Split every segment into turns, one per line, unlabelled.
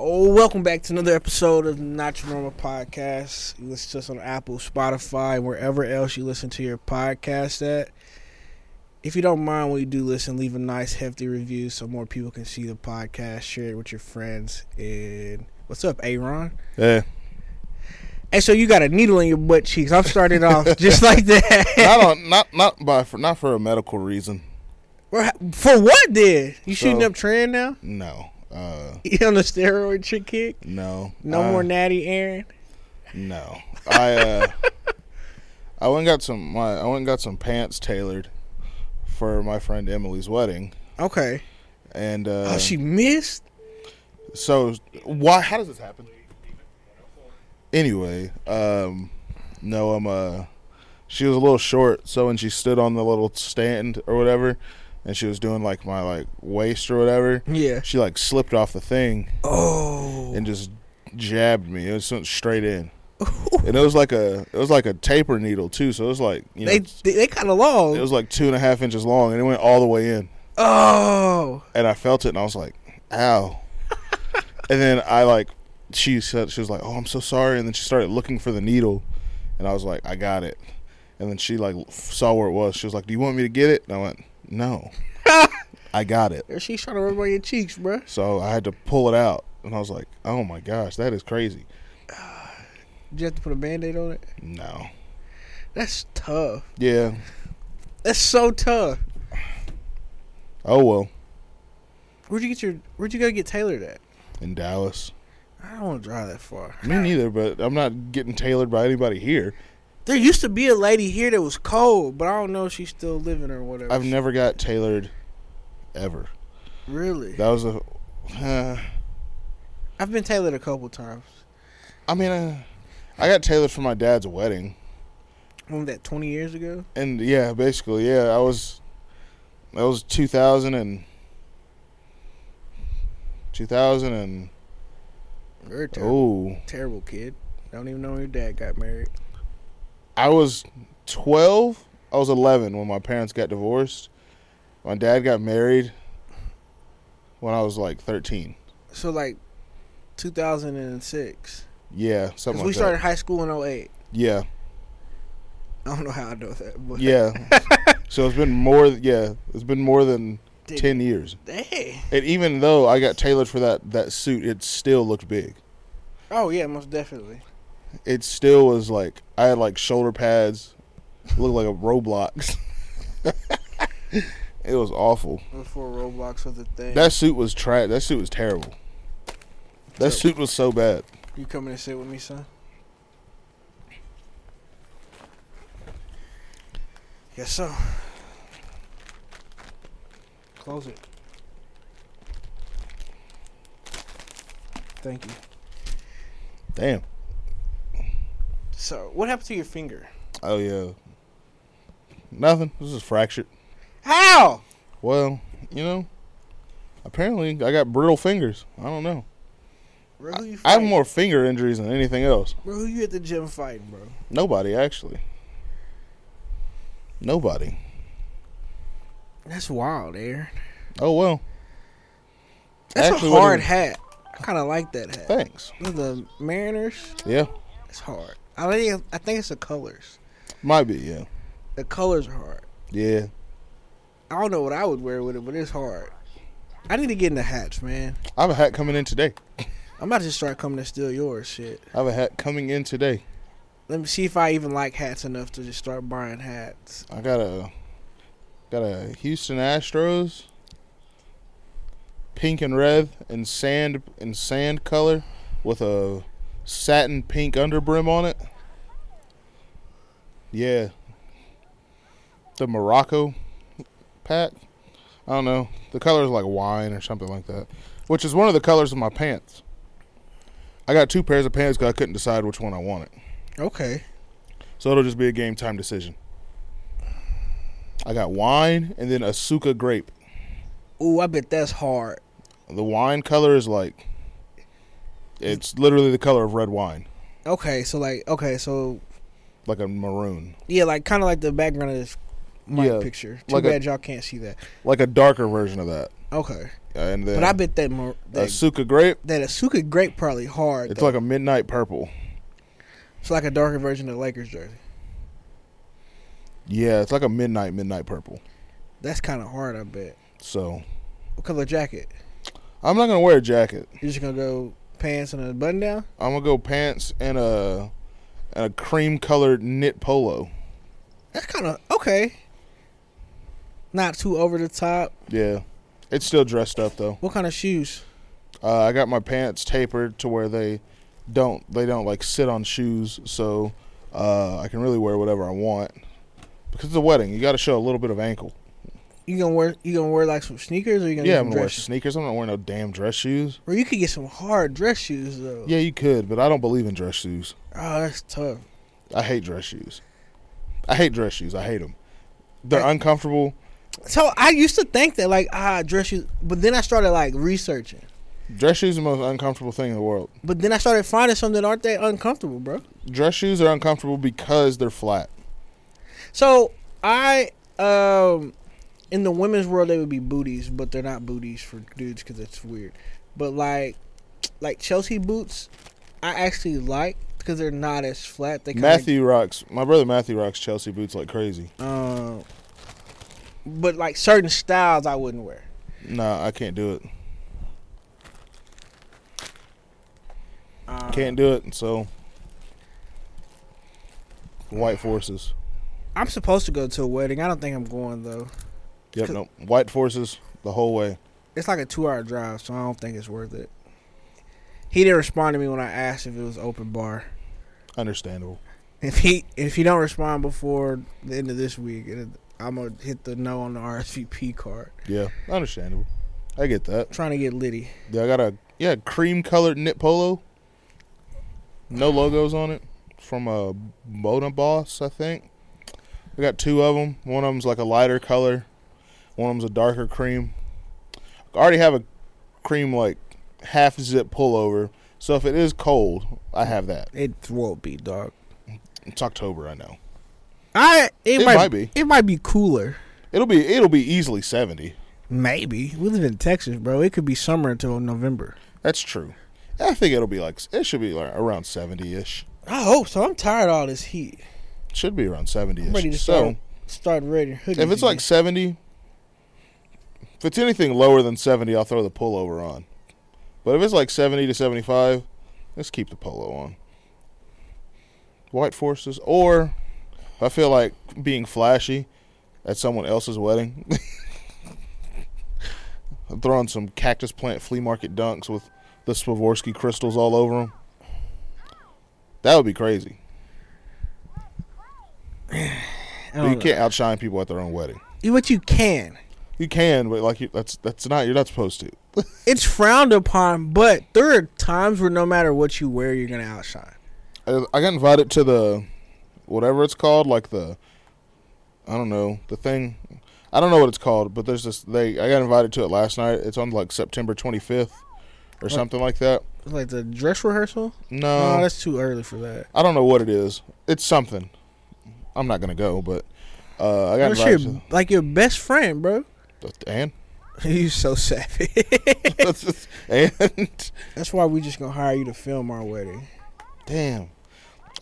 Oh, welcome back to another episode of Not Your Normal Podcast. You listen to us on Apple, Spotify, wherever else you listen to your podcast at. If you don't mind when you do listen, leave a nice hefty review so more people can see the podcast. Share it with your friends. And what's up, Aaron?
Yeah,
And so you got a needle in your butt cheeks. I'm starting off just like that.
not on, not not by for, not for a medical reason.
We're- For what then? You shooting
So-
up trend now?
No, uh,
You on the steroid chick kick?
no,
No
I-
more natty Aaron.
No, I uh, I went and got some my I went and got some pants tailored for my friend Emily's wedding,
Okay.
and uh,
Oh, she missed.
so why? How does this happen? Anyway, um, no, I'm uh, she was a little short, so when she stood on the little stand or whatever, and she was doing like my like waist or whatever.
Yeah.
She like slipped off the thing
Oh.
and just jabbed me. It was something straight in, and it was like a it was like a taper needle too. So it was like you know,
They they, they kind of long.
it was like two and a half inches long, and it went all the way in.
oh.
And I felt it, and I was like, "Ow!" and then I like she said she was like, "Oh, I'm so sorry," and then she started looking for the needle, and I was like, "I got it." And then she like f- saw where it was. She was like, "Do you want me to get it?" And I went, "No, I got it."
There She's trying to rub on your cheeks, bruh.
So I had to pull it out, and I was like, "Oh my gosh, that is crazy."
Did you have to put a band-aid on it?
No.
That's tough.
Yeah.
That's so tough.
Oh well.
Where'd you get your Where'd you go get tailored at?
In Dallas.
I don't want to drive that far.
Me neither, but I'm not getting tailored by anybody here.
There used to be a lady here that was cold, but I don't know if she's still living or whatever.
I've never got tailored ever.
really.
That was a uh,
I've been tailored a couple times.
I mean, uh, I got tailored for my dad's wedding.
When was that twenty years ago?
And yeah, basically, yeah, I was that was 2000 and 2000 and
Very terrible.
oh,
Terrible kid. Don't even know when your dad got married.
I was 12. I was 11 when my parents got divorced. My dad got married when I was like 13.
So like, two thousand and six.
Yeah,
Because
something
we
like
started
that.
high school in 08.
Yeah,
I don't know how I know that, but
yeah. so it's been more. th- Yeah, it's been more than
Dude.
ten years.
Hey.
And even though I got tailored for that that suit, it still looked big.
Oh yeah, most definitely.
It still was like I had like shoulder pads, looked like a Roblox. it was awful.
Before Roblox was a thing.
That suit was trash. That suit was terrible. That suit was so bad.
You coming to sit with me, son? Yes, sir. Close it. Thank you.
Damn.
So, what happened to your finger?
Oh yeah. Nothing. This is fractured.
How?
Well, you know, apparently I got brittle fingers. I don't know.
Bro, who you
I have
fighting?
more finger injuries than anything else.
Bro, who you at the gym fighting, bro?
Nobody actually. Nobody.
That's wild, Aaron.
Oh well.
That's
Actually,
a
what
hard
it-
hat. I kind of like that hat.
Thanks.
The Mariners.
Yeah.
It's hard. I think I think it's the colors.
Might be. Yeah.
The colors are hard.
Yeah.
I don't know what I would wear with it, but it's hard. I need to get into hats, man.
I have a hat coming in today.
I'm about to start coming to steal yours, shit.
I have a hat coming in today.
Let me see if I even like hats enough to just start buying hats.
I got a got a Houston Astros pink and red and sand and sand color with a satin pink underbrim on it. Yeah. The Morocco pack. I don't know. The color is like wine or something like that, which is one of the colors of my pants. I got two pairs of pants because I couldn't decide which one I wanted.
Okay.
So it'll just be a game time decision. I got wine and then Asuka grape.
Ooh, I bet that's hard.
The wine color is like it's literally the color of red wine,
Okay, so like, okay, so
like a maroon,
yeah, like kind of like the background of this mic
Yeah,
picture. Too
like a-
bad y'all can't see that.
like a darker version of that.
Okay.
and then
But I bet that mar- that,
Asuka grape.
that Asuka grape probably hard.
It's
though.
like a midnight purple.
it's like a darker version of the Lakers jersey.
Yeah, it's like a midnight midnight purple.
That's kind of hard. I bet.
So
What color jacket?
I'm not gonna wear a jacket.
You're just gonna go pants and a button down.
I'm gonna go pants and a and a cream colored knit polo.
That's kind of okay. Not too over the top.
Yeah, it's still dressed up though.
What kind of shoes?
Uh, I got my pants tapered to where they don't they don't like sit on shoes, so uh, I can really wear whatever I want. Because it's a wedding, you got to show a little bit of ankle.
You gonna wear? You gonna wear like some sneakers, or you gonna
Yeah,
yeah,
I'm gonna wear
dress? shoes?
sneakers. I'm not wearing no damn dress shoes.
Or you could get some hard dress shoes though.
Yeah, you could, but I don't believe in dress shoes.
Oh, that's tough.
I hate dress shoes. I hate dress shoes. I hate them. They're uncomfortable.
So I used to think that like ah dress shoes, but then I started like researching.
Dress shoes are the most uncomfortable thing in the world.
But then I started finding some that aren't that uncomfortable, bro.
Dress shoes are uncomfortable because they're flat.
So I um in the women's world they would be booties, but they're not booties for dudes because it's weird. But like like Chelsea boots, I actually like because they're not as flat. They kinda,
Matthew rocks. My brother Matthew rocks Chelsea boots like crazy.
Um, but like certain styles I wouldn't wear.
Nah, I can't do it.
Um,
Can't do it. So, white forces.
I'm supposed to go to a wedding. I don't think I'm going though.
Yep. No, white forces the whole way.
It's like a two hour drive, so I don't think it's worth it. He didn't respond to me when I asked if it was open bar.
Understandable.
If he if he don't respond before the end of this week, it, I'm gonna hit the no on the RSVP card.
Yeah, understandable. I get that.
trying to get Liddy.
Yeah, I got a yeah cream colored knit polo. No logos on it from a Bona Boss, I think. I got two of them. One of them's like a lighter color. One of them's a darker cream. I already have a cream like half zip pullover. So if it is cold, I have that.
It won't be dog.
It's October, I know.
I it,
It
might,
might be.
It might be cooler.
It'll be it'll be easily seventy.
Maybe we live in Texas, bro. It could be summer until November.
That's true. I think it'll be like it should be like around seventy ish.
I hope so. I'm tired of all this heat.
Should be around seventy
I'm ready to
ish. So
start start ready.
if it's like seventy, if it's anything lower than seventy, I'll throw the pullover on. But if it's like seventy to seventy-five, let's keep the polo on. White forces, or if I feel like being flashy at someone else's wedding. I'm throwing some cactus plant flea market dunks with the Swarovski crystals all over them. That would be crazy. But you can't outshine people at their own wedding.
What you can.
You can, but like you, that's that's not you're not supposed to.
It's frowned upon, but there are times where no matter what you wear, you're gonna outshine.
I, I got invited to the whatever it's called, like the I don't know the thing. I don't know what it's called, but there's this. They I got invited to it last night. It's on like September 25th or something like that.
It's like the dress rehearsal.
No,
no, that's too early for that.
I don't know what it is. It's something. I'm not gonna go, but uh, I got
That's your,
invited. To,
like your best friend, bro.
and
you so savage.
and
That's why we just gonna hire you to film our wedding.
damn,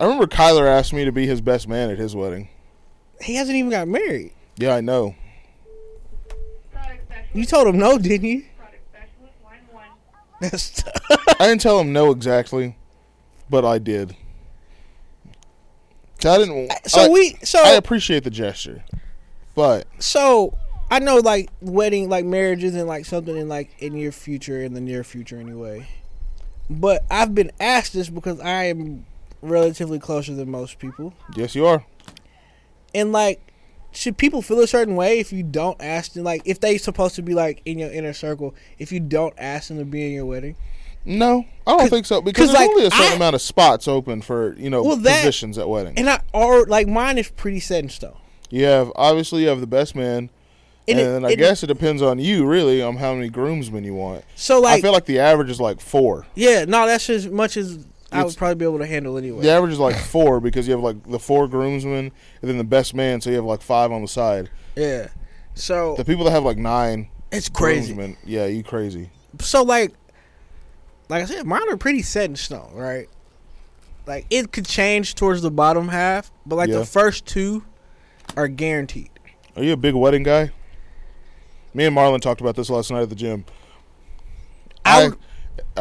I remember Kyler asked me to be his best man at his wedding.
He hasn't even got married.
Yeah, I know.
You told him no, didn't you? That's tough.
I didn't tell him no exactly, but I did. So I didn't.
Uh, So
I,
we so
I appreciate the gesture, but
so I know like wedding like marriages and like something in like in your future in the near future anyway. But I've been asked this because I am relatively closer than most people.
yes, you are.
And like should people feel a certain way if you don't ask them like if they supposed to be like in your inner circle if you don't ask them to be in your wedding?
No, I don't think so because
'cause,
there's
like,
only a certain
I-
amount of spots open for you know
Well, that-
positions at weddings.
And I are like mine is pretty set in stone.
You have obviously you have the best man, and,
it-
I
it-
guess it depends on you really on how many groomsmen you want.
so like
I feel like the average is like four.
Yeah, no, that's as much as I
It's-
would probably be able to handle anyway.
The average is like four because you have like the four groomsmen and then the best man, so you have like five on the side.
Yeah. So
The people that have like nine,
It's crazy.
Groomsmen. Yeah, you crazy.
So like, like I said, mine are pretty set in stone, right? Like it could change towards the bottom half, but like
Yeah.
the first two are guaranteed.
Are you a big wedding guy? Me and Marlon talked about this last night at the gym.
I
I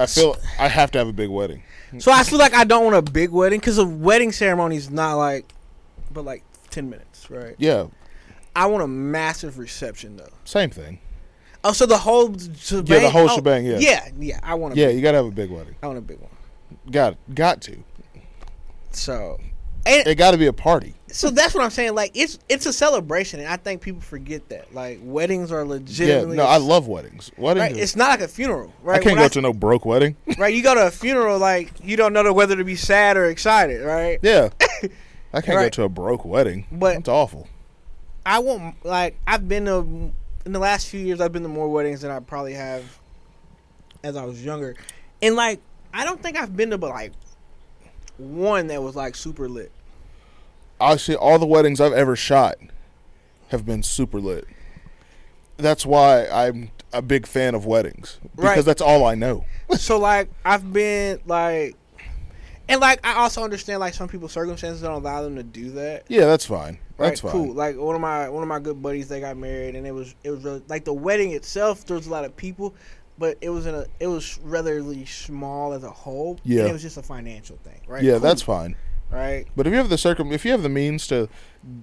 I feel I have to have a big wedding.
So I feel like I don't want a big wedding because a wedding ceremony is not like, but like ten minutes, right?
Yeah,
I want a massive reception though.
same thing.
Oh, so the whole shebang.
Yeah, the whole
oh,
shebang, yeah.
yeah, yeah. I want a,
Yeah, you gotta have a big wedding.
I want a big one.
Got got to.
So, and
It got to be a party.
so that's what I'm saying. Like it's it's a celebration, and I think people forget that. Like weddings are
Yeah,
legitimately.
no, I love weddings. Weddings.
Right,
are-
it's not like a funeral, right?
I can't
When
go to no broke wedding.
right, you go to a funeral, like you don't know whether to be sad or excited, right?
Yeah. I can't go
Right.
to a broke wedding.
But-
it's awful.
I want like I've been to in the last few years I've been to more weddings than I probably have as I was younger, and like I don't think I've been to but like one that was like super lit.
Obviously, all the weddings I've ever shot have been super lit. That's why I'm a big fan of weddings because
Right.
that's all I know.
so like I've been like, and like I also understand like some people's circumstances don't allow them to do that.
Yeah, that's fine.
Right,
That's fine.
cool. Like one of my one of my good buddies, they got married, and it was it was really, like the wedding itself. There was a lot of people, but it was in a it was ratherly small as a whole.
Yeah.
and it was just a financial thing, right?
yeah,
Cool,
that's fine.
right.
But if you have the circum, if you have the means to,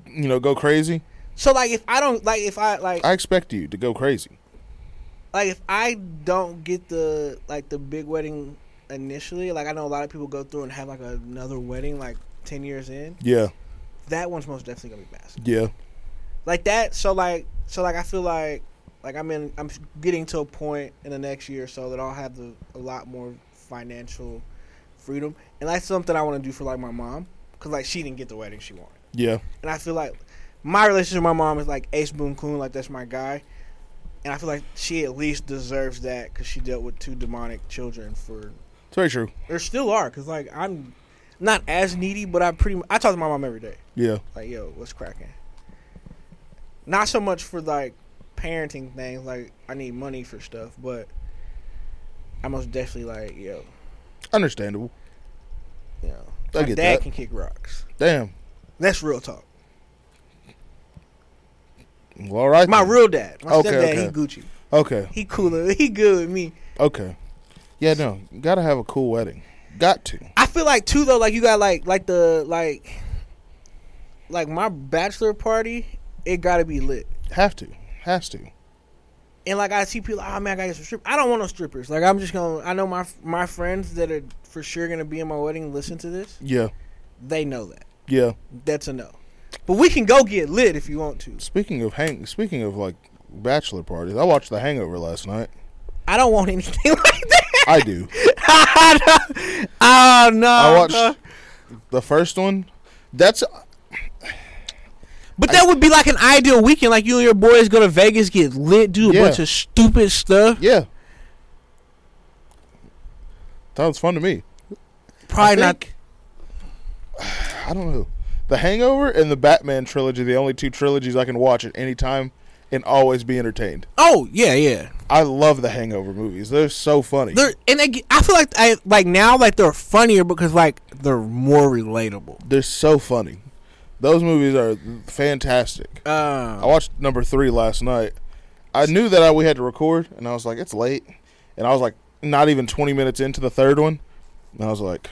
you know, go crazy,
So like, if I don't like, if I like,
I expect you to go crazy.
like if I don't get the like the big wedding initially, like I know a lot of people go through and have like another wedding like ten years in.
Yeah,
That one's most definitely gonna be massive.
yeah,
like that. So like so like I feel like like I'm in I'm getting to a point in the next year or so that I'll have the, a lot more financial freedom, and that's something I want to do for like my mom because like she didn't get the wedding she wanted,
yeah.
and I feel like my relationship with my mom is like Ace Boom Coon, like that's my guy. And I feel like she at least deserves that because she dealt with two demonic children for,
It's very true.
or still are. Because like I'm not as needy, but I pretty I talk to my mom every day
Yeah,
like yo what's cracking not so much for like parenting things like i need money for stuff but i most definitely like yo
understandable.
you know
I
my dad
get that.
can kick rocks
Damn.
that's real talk
Well, all right.
my
then.
real dad my
Okay,
stepdad
okay.
he gucci
Okay.
he cooler he good with me
Okay. Yeah, no. Got to have a cool wedding. Got to.
i feel like too though like you got like like the like like my bachelor party it gotta be lit
Have to. Has to.
and like I see people, oh man, I gotta get some strippers. I don't want no strippers. Like I'm just gonna. I know my my friends that are for sure gonna be in my wedding. Listen to this.
Yeah.
They know that.
Yeah.
That's a no. But we can go get lit if you want to.
Speaking of hang speaking of like bachelor parties, I watched The Hangover last night.
I don't want anything like that.
I do.
I don't- oh no.
I
no.
watched the first one. That's
But that would be like an ideal weekend. Like you and your boys go to Vegas, get lit, do a
Yeah.
bunch of stupid stuff.
yeah. Sounds fun to me.
Probably
I
not.
I don't know. The Hangover and the Batman trilogy, the only two trilogies I can watch at any time and always be entertained.
Oh yeah, yeah.
I love the Hangover movies. They're so funny.
They're, and they, get- I feel like I like now like they're funnier because like they're more relatable.
They're so funny. Those movies are fantastic.
Uh,
I watched number three last night. I knew that I, we had to record, and I was like, it's late. And I was like, not even 20 minutes into the third one. And I was like,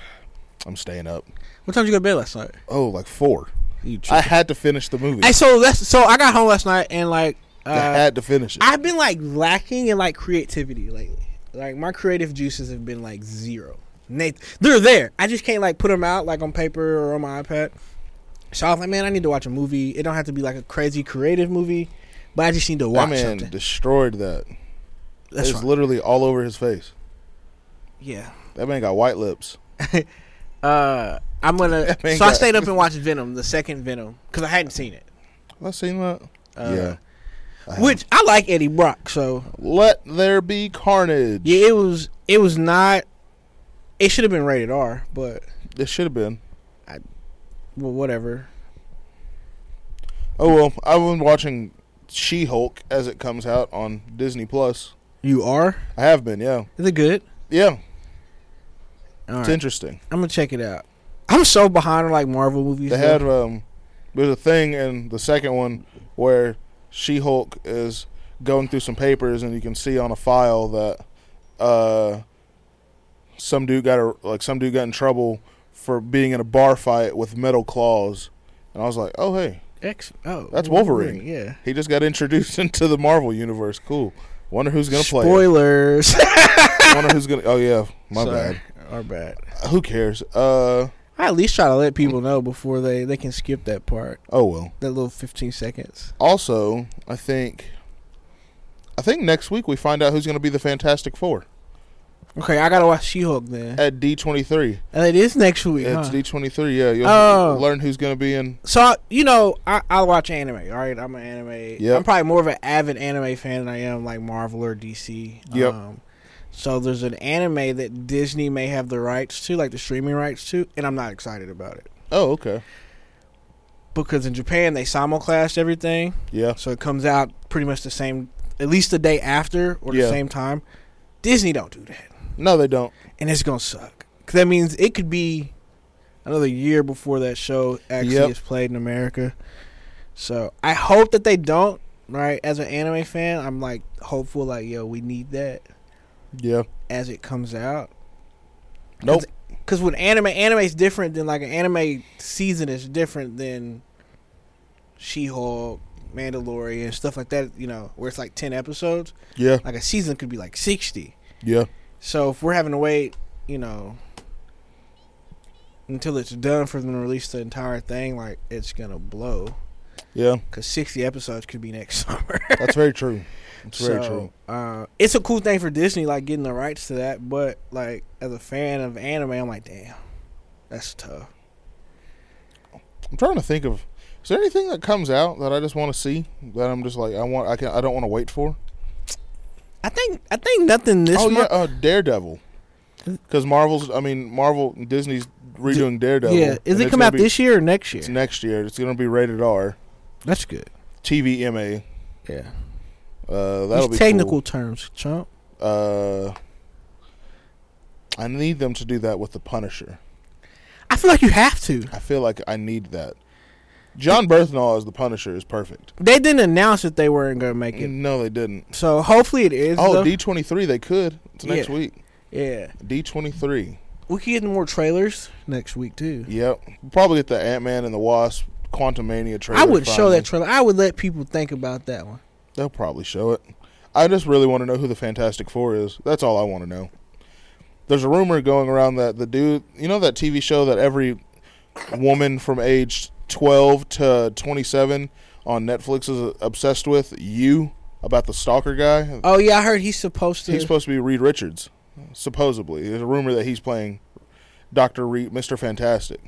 I'm staying up.
What time did you go to bed last night?
Oh, like four.
You
I had to finish the movie.
Hey, so that's so I got home last night and like
I
uh,
had to finish it.
I've been like lacking in like creativity lately. Like my creative juices have been like zero. Nate, they're there. I just can't like put them out like on paper or on my iPad. So I was like, man, I need to watch a movie. It don't have to be like a crazy creative movie, but I just need to
That
watch
man
something.
destroyed that.
That's
it's
right.
literally all over his face.
yeah.
That man got white lips.
Uh, I'm gonna.
man
So I
got-
stayed up and watched Venom, the second Venom, because I hadn't seen it.
Have I seen that?
Uh,
yeah. I have.
Which I like Eddie Brock, so
Let there be carnage.
Yeah, it was. It was not. It should have been rated R, but
This should have been.
well, whatever.
Oh well, I've been watching She Hulk as it comes out on Disney Plus.
You are?
I have been, yeah,
Is it good?
yeah.
All right.
It's interesting.
I'm gonna check it out. I'm so behind on like Marvel movies.
They
though.
had um, there's a thing in the second one where She Hulk is going through some papers, and you can see on a file that uh, some dude got a, like some dude got in trouble for being in a bar fight with metal claws, and I was like, oh hey,
X. Oh,
That's Wolverine.
Yeah.
He just got introduced into the Marvel universe. Cool. Wonder who's gonna play. him.
Spoilers.
Wonder who's gonna. Oh yeah, my
Sorry. Our bad.
bad. Who cares? Uh
I at least try to let people know before they they can skip that part,
oh well.
that little 15 seconds.
Also, I think, I think next week we find out who's gonna be the Fantastic Four
Okay, I gotta watch She-Hulk then.
at D twenty three.
And it is next week.
It's
huh?
D twenty three. Yeah, you'll
Oh.
learn who's gonna be in.
So you know, I, I watch anime. All right, I'm an anime.
Yep.
I'm probably more of an avid anime fan than I am like Marvel or DC.
Yep.
Um, so there's an anime that Disney may have the rights to, like the streaming rights to, and I'm not excited about it
Oh okay.
because in Japan they simulcast everything,
Yeah.
so it comes out pretty much the same, at least the day after or the
Yeah.
same time. Disney don't do that,
No, they don't.
and it's gonna suck because that means it could be another year before that show actually
Yep.
is played in America. So I hope that they don't. Right, as an anime fan, I'm like hopeful. Like, yo, we need that
Yeah.
as it comes out.
Nope.
Because with anime, anime is different than like an anime season is different than She-Hulk, Mandalorian, stuff like that. You know, where it's like ten episodes.
Yeah.
Like a season could be like sixty.
Yeah.
So if we're having to wait, you know, until it's done for them to release the entire thing, like it's gonna blow.
Yeah.
Cause sixty episodes could be next summer.
That's very true. It's very
So,
true.
Uh, it's a cool thing for Disney, like getting the rights to that. But like as a fan of anime, I'm like, damn, that's tough.
I'm trying to think of. Is there anything that comes out that I just want to see that I'm just like I want I can I don't want to wait for?
I think I think nothing this
oh
month.
yeah, uh, Daredevil. Because Marvel's, I mean Marvel, Disney's redoing Daredevil.
yeah, is
and
it
it's
come
gonna
out
be-
this year or next year?
It's next year. It's going to be rated R,
That's good.
TVMA.
Yeah,
Uh, that'll
These
be
technical
cool.
terms, chump.
Uh, I need them to do that with the Punisher.
I feel like you have to.
I feel like I need that. John Berthnall as the Punisher is perfect.
They didn't announce that they weren't gonna make it,
No, they didn't.
so hopefully it is.
Mm. Oh,
though.
D twenty three. They could. It's next
Yeah.
week.
yeah.
D twenty three.
We could get more trailers next week too.
Yep. We'll probably get the Ant Man and the Wasp Quantum Mania trailer.
I would show
finally.
that trailer. I would let people think about that one.
They'll probably show it. I just really want to know who the Fantastic Four is. That's all I want to know. There's a rumor going around that the dude, you know, that TV show that every woman from age 12 to 27 on Netflix is obsessed with, you, about the stalker guy.
Oh yeah, I heard he's supposed to.
He's supposed to be Reed Richards, supposedly. There's a rumor that he's playing Doctor Reed, Mister Fantastic.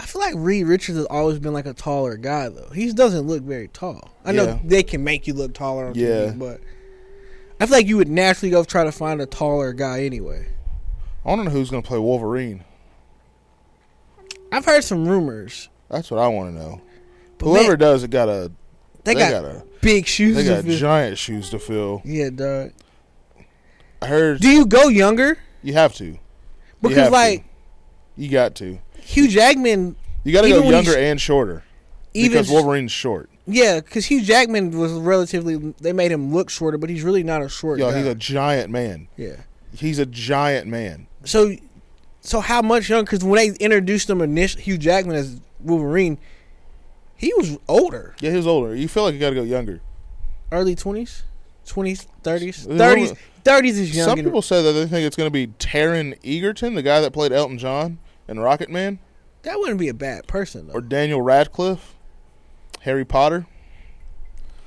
I feel like Reed Richards has always been like a taller guy though. He doesn't look very tall. I know
Yeah.
they can make you look taller on
Yeah.
TV, but I feel like you would naturally go try to find a taller guy anyway.
I want to know who's going to play Wolverine.
I've heard some rumors.
That's what I want to know.
But
Whoever
man,
does it got a
they,
they
got,
gotta-
big shoes.
they got
to fill.
giant shoes to fill.
yeah, dog.
I heard
Do you go younger?
you have to. You
Because
have to.
like
you got to.
Hugh Jackman,
You got to
even
go
when
younger
he's-
and shorter
even
because Wolverine's short.
yeah, because Hugh Jackman was relatively. They made him look shorter, but he's really not a short
Yo,
guy.
he's a giant man.
yeah.
He's a giant man.
So, so how much younger? Because when they introduced him initially, Hugh Jackman as Wolverine, he was older,
Yeah, he's older. You feel like you got to go younger.
early twenties, twenties, thirties,
There's
thirties,
only-
thirties is young.
Some
and-
people said that they think it's going to be Taron Egerton, the guy that played Elton John and Rocket Man,
that wouldn't be a bad person though.
or Daniel Radcliffe, Harry Potter.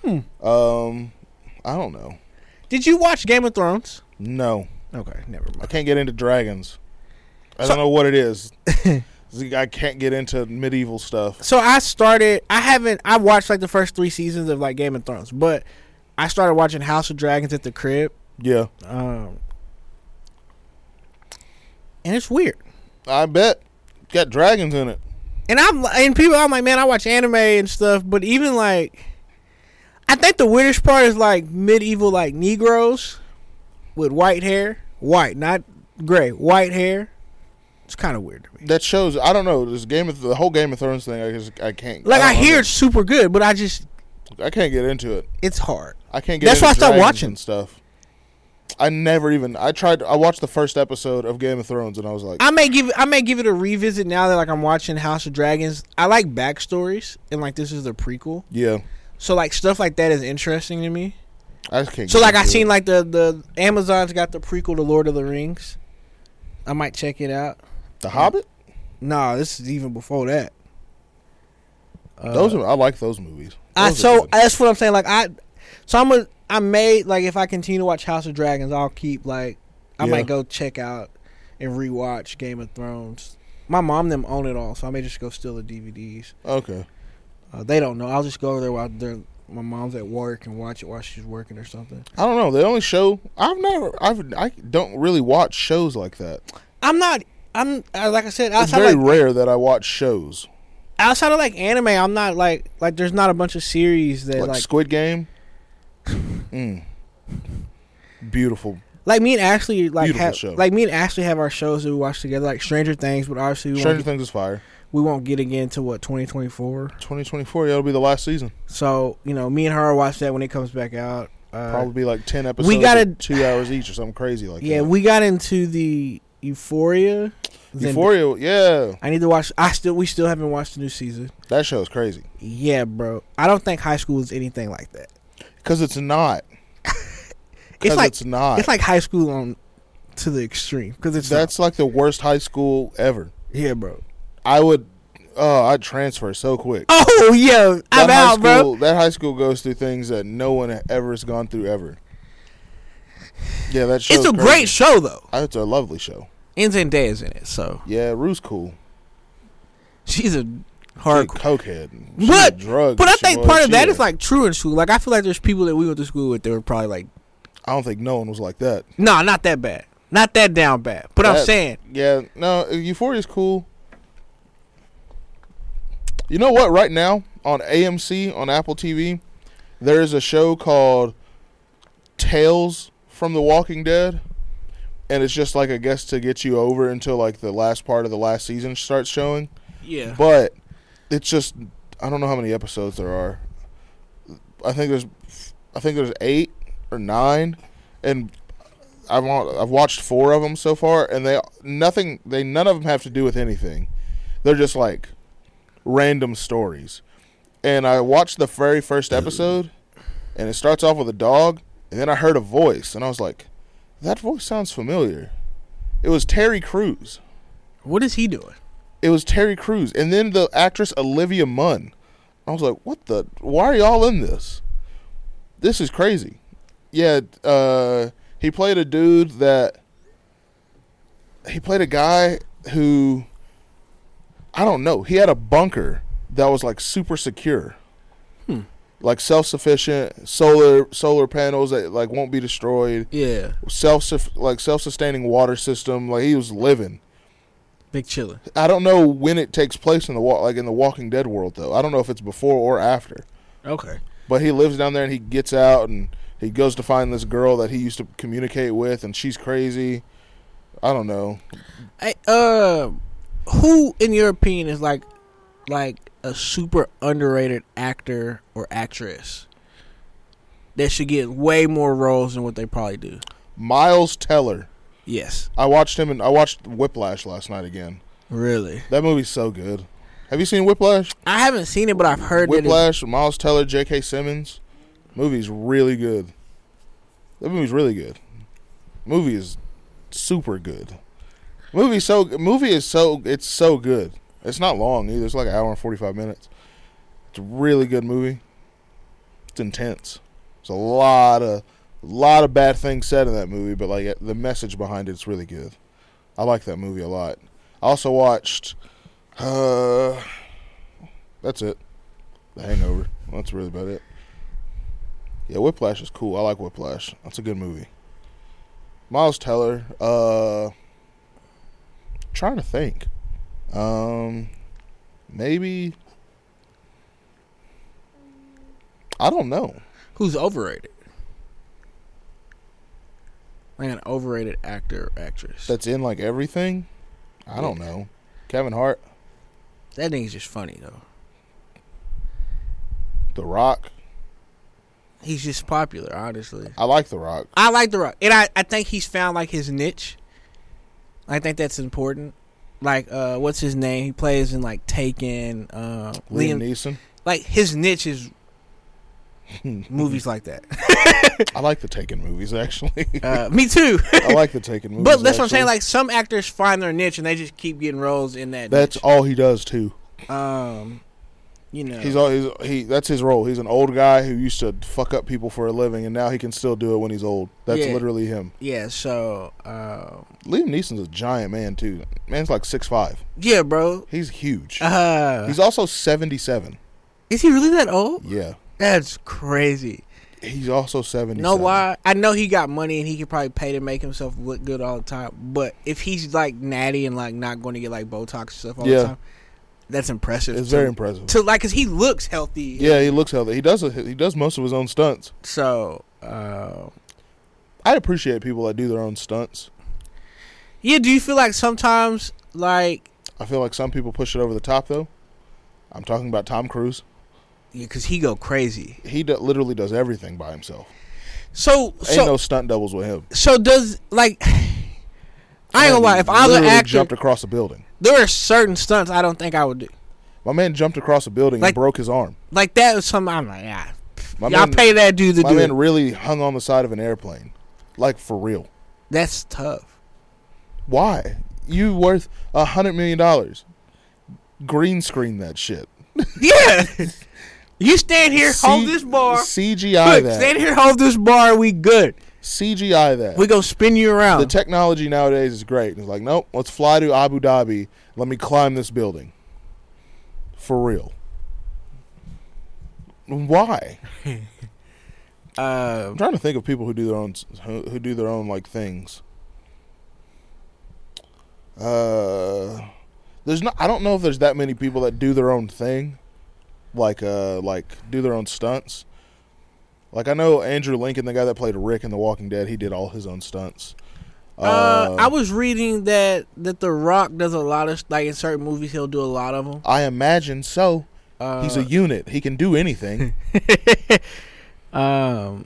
Hmm.
Um, I don't know.
Did you watch Game of Thrones?
No.
Okay, never
I
mind.
can't get into dragons. I
So-
don't know what it is. I can't get into medieval stuff.
So I started. I haven't. I watched like the first three seasons of like Game of Thrones, but I started watching House of Dragons at the crib,
Yeah,
um, and it's weird.
I bet got dragons in it.
And I'm and people, I'm like, man, I watch anime and stuff, but even like, I think the weirdest part is like medieval like Negroes with white hair, white, not gray, white hair. It's kind of weird to me.
That shows. I don't know. This Game of the whole Game of Thrones thing. I just I can't.
Like I,
don't
hear it's super good, but I just
know. I can't get into it.
it's hard.
I can't get.
That's
into
why I stopped
dragons
watching.
and stuff. I never even. I tried. I watched the first episode of Game of Thrones, and I was like,
I may give I may give it a revisit now that like I'm watching House of Dragons. I like backstories and like this is the prequel,
yeah,
so like stuff like that is interesting to me.
I just can't.
So
get
like I
into it.
seen like the the Amazon's got the prequel to Lord of the Rings. I might check it out.
the Hobbit.
Nah, this is even before that. Uh,
those are, I like those movies.
I
Those are
so
good.
that's what I'm saying. Like I, so I'm a, I may like if I continue to watch House of Dragons, I'll keep like I
Yeah.
might go check out and rewatch Game of Thrones. My mom and them own it all, so I may just go steal the DVDs.
okay.
Uh, they don't know. I'll just go over there while they're my mom's at work and watch it while she's working or something.
I don't know. They only show. I've never. I've. I don't really watch shows like that.
I'm not. I'm uh, like I said
It's
outside
very
of, like,
rare that I watch shows
outside of like anime. I'm not like like there's not a bunch of series that
like,
like
Squid Game. Mm. Beautiful.
like me and Ashley like
Beautiful
have
show.
like me and Ashley have our shows that we watch together like Stranger Things, but obviously we won't
Stranger Things is fire.
we won't get again to what 2024
2024. Yeah, it'll be the last season.
so you know me and her watch that when it comes back out uh,
Probably be like ten episodes.
gotta-
of two hours each or something crazy like
yeah
that.
we got into the euphoria Zend-
Euphoria. Yeah,
i need to watch i still we still haven't watched the new season
that show is crazy
yeah bro i don't think high school is anything like that
because it's not.
it's
Because
like
it's not.
it's like high school on to the extreme because it's
That's like the worst high school ever.
yeah bro
I would. Oh, I'd transfer so quick.
oh yeah i'm
high
out bro
school, That high school goes through things that no one ever has gone through ever. Yeah, that show.
it's a great show though
it's a lovely show.
and Zendaya's in it so
Yeah, Rue's cool.
she's a
She's a
hard
cokehead. She's
But-
a drug.
But I
she
think
was-
part of
she
that
is-
is like true in school. Like I feel like there's people that we went to school with that were probably like,
I don't think no one was like that.
no, nah, not that bad, not that down bad. But I'm
That-
saying,
Yeah, no, Euphoria's cool. You know what? Right now on AMC on Apple TV, there is a show called Tales from the Walking Dead, and it's just like I guess to get you over until like the last part of the last season starts showing.
yeah,
But it's just I don't know how many episodes there are. I think there's I think there's eight or nine, and I've wa- I've watched four of them so far, and they nothing they none of them have to do with anything. They're just like random stories. And I watched the very first episode, and it starts off with a dog, and then I heard a voice, and I was like, "That voice sounds familiar." It was Terry Crews.
what is he doing?
It was Terry Crews, and then the actress Olivia Munn. I was like, "What the? Why are y'all in this? This is crazy." Yeah, uh, he played a dude that he played a guy who I don't know. He had a bunker that was like super secure, like self-sufficient, solar solar panels that like won't be destroyed,
Yeah,
self like self-sustaining water system. Like he was living.
big chiller.
I don't know when it takes place in the wa- like in the Walking Dead world though. I don't know if it's before or after.
Okay,
But he lives down there and he gets out and he goes to find this girl that he used to communicate with and she's crazy. I don't know.
hey, uh, who in your opinion is like, like a super underrated actor or actress that should get way more roles than what they probably do?
Miles Teller.
Yes,
I watched him and I watched Whiplash last night again.
really.
That movie's so good. Have you seen Whiplash?
I haven't seen it, but I've heard that it's-
Whiplash, Miles Teller, J.K. Simmons. Movie's really good. That movie's really good. Movie is super good. Movie so movie is so it's so good. It's not long either. It's like an hour and forty five minutes. It's a really good movie. It's intense. There's a lot of lot of bad things said in that movie, but like the message behind it's really good. I like that movie a lot. I also watched. Uh, that's it. The Hangover. That's really about it. Yeah, Whiplash is cool. I like Whiplash. That's a good movie. Miles Teller. Uh, trying to think. Um, maybe. I don't know.
Who's overrated? Like an overrated actor or actress.
That's in like everything. I don't know. Kevin Hart,
that nigga's just funny though.
The Rock.
He's just popular, honestly.
I like The Rock.
I like The Rock, and I, I think he's found like his niche. I think that's important. Like, uh, what's his name? He plays in like Taken. Uh,
Liam,
Liam,
Neeson.
like his niche is movies like that.
I like the Taken movies actually.
Uh, me too.
I like the Taken movies.
But that's what I'm
actually.
saying. Like some actors find their niche and they just keep getting roles in that.
that's all he does too.
niche. um, you know,
He's always he. That's his role. He's an old guy who used to fuck up people for a living, and now he can still do it when he's old. That's
Yeah.
literally him.
yeah. So, um,
Liam Neeson's a giant man too. Man's like six five.
yeah, bro.
He's huge.
Uh,
he's also seventy seven.
is he really that old?
Yeah,
That's crazy.
he's also seventy.
You know why? I know he got money and he could probably pay to make himself look good all the time. But if he's like natty and like not going to get like Botox and stuff all
Yeah.
the time, that's impressive.
It's
to-
very impressive.
to like because he looks healthy.
yeah, he looks healthy. He does. He does most of his own stunts.
So, uh,
I appreciate people that do their own stunts.
yeah. Do you feel like sometimes like
I feel like some people push it over the top though. I'm talking about Tom Cruise.
because he go crazy.
He d- literally does everything by himself.
So so
Ain't no stunt doubles with him.
so does like. I ain't gonna lie. If I was an
Literally
actor,
jumped across a building.
there are certain stunts I don't think I would do.
My man jumped across a building
Like-
and broke his arm.
Like that was something I'm like, ah,
My
y'all
man,
pay that dude to
my
do.
man
It.
really hung on the side of an airplane, like for real.
That's tough.
Why? You worth a hundred million dollars? Green screen that shit.
Yeah. you stand here, hold
C-
this bar.
CGI
Look,
that.
stand here, hold this bar. We good.
CGI that.
We gonna spin you
the
around.
technology nowadays is great. It's like, nope, let's fly to Abu Dhabi. Let me climb this building. For real. Why?
uh, Um,
I'm trying to think of people who do their own who, who do their own like things. Uh, there's not. I don't know if there's that many people that do their own thing, like uh, like do their own stunts. Like I know Andrew Lincoln, the guy that played Rick in The Walking Dead, he did all his own stunts. Oh.
uh, I was reading that that The Rock does a lot of like in certain movies he'll do a lot of them.
I imagine so.
Uh,
He's a unit. He can do anything.
Um.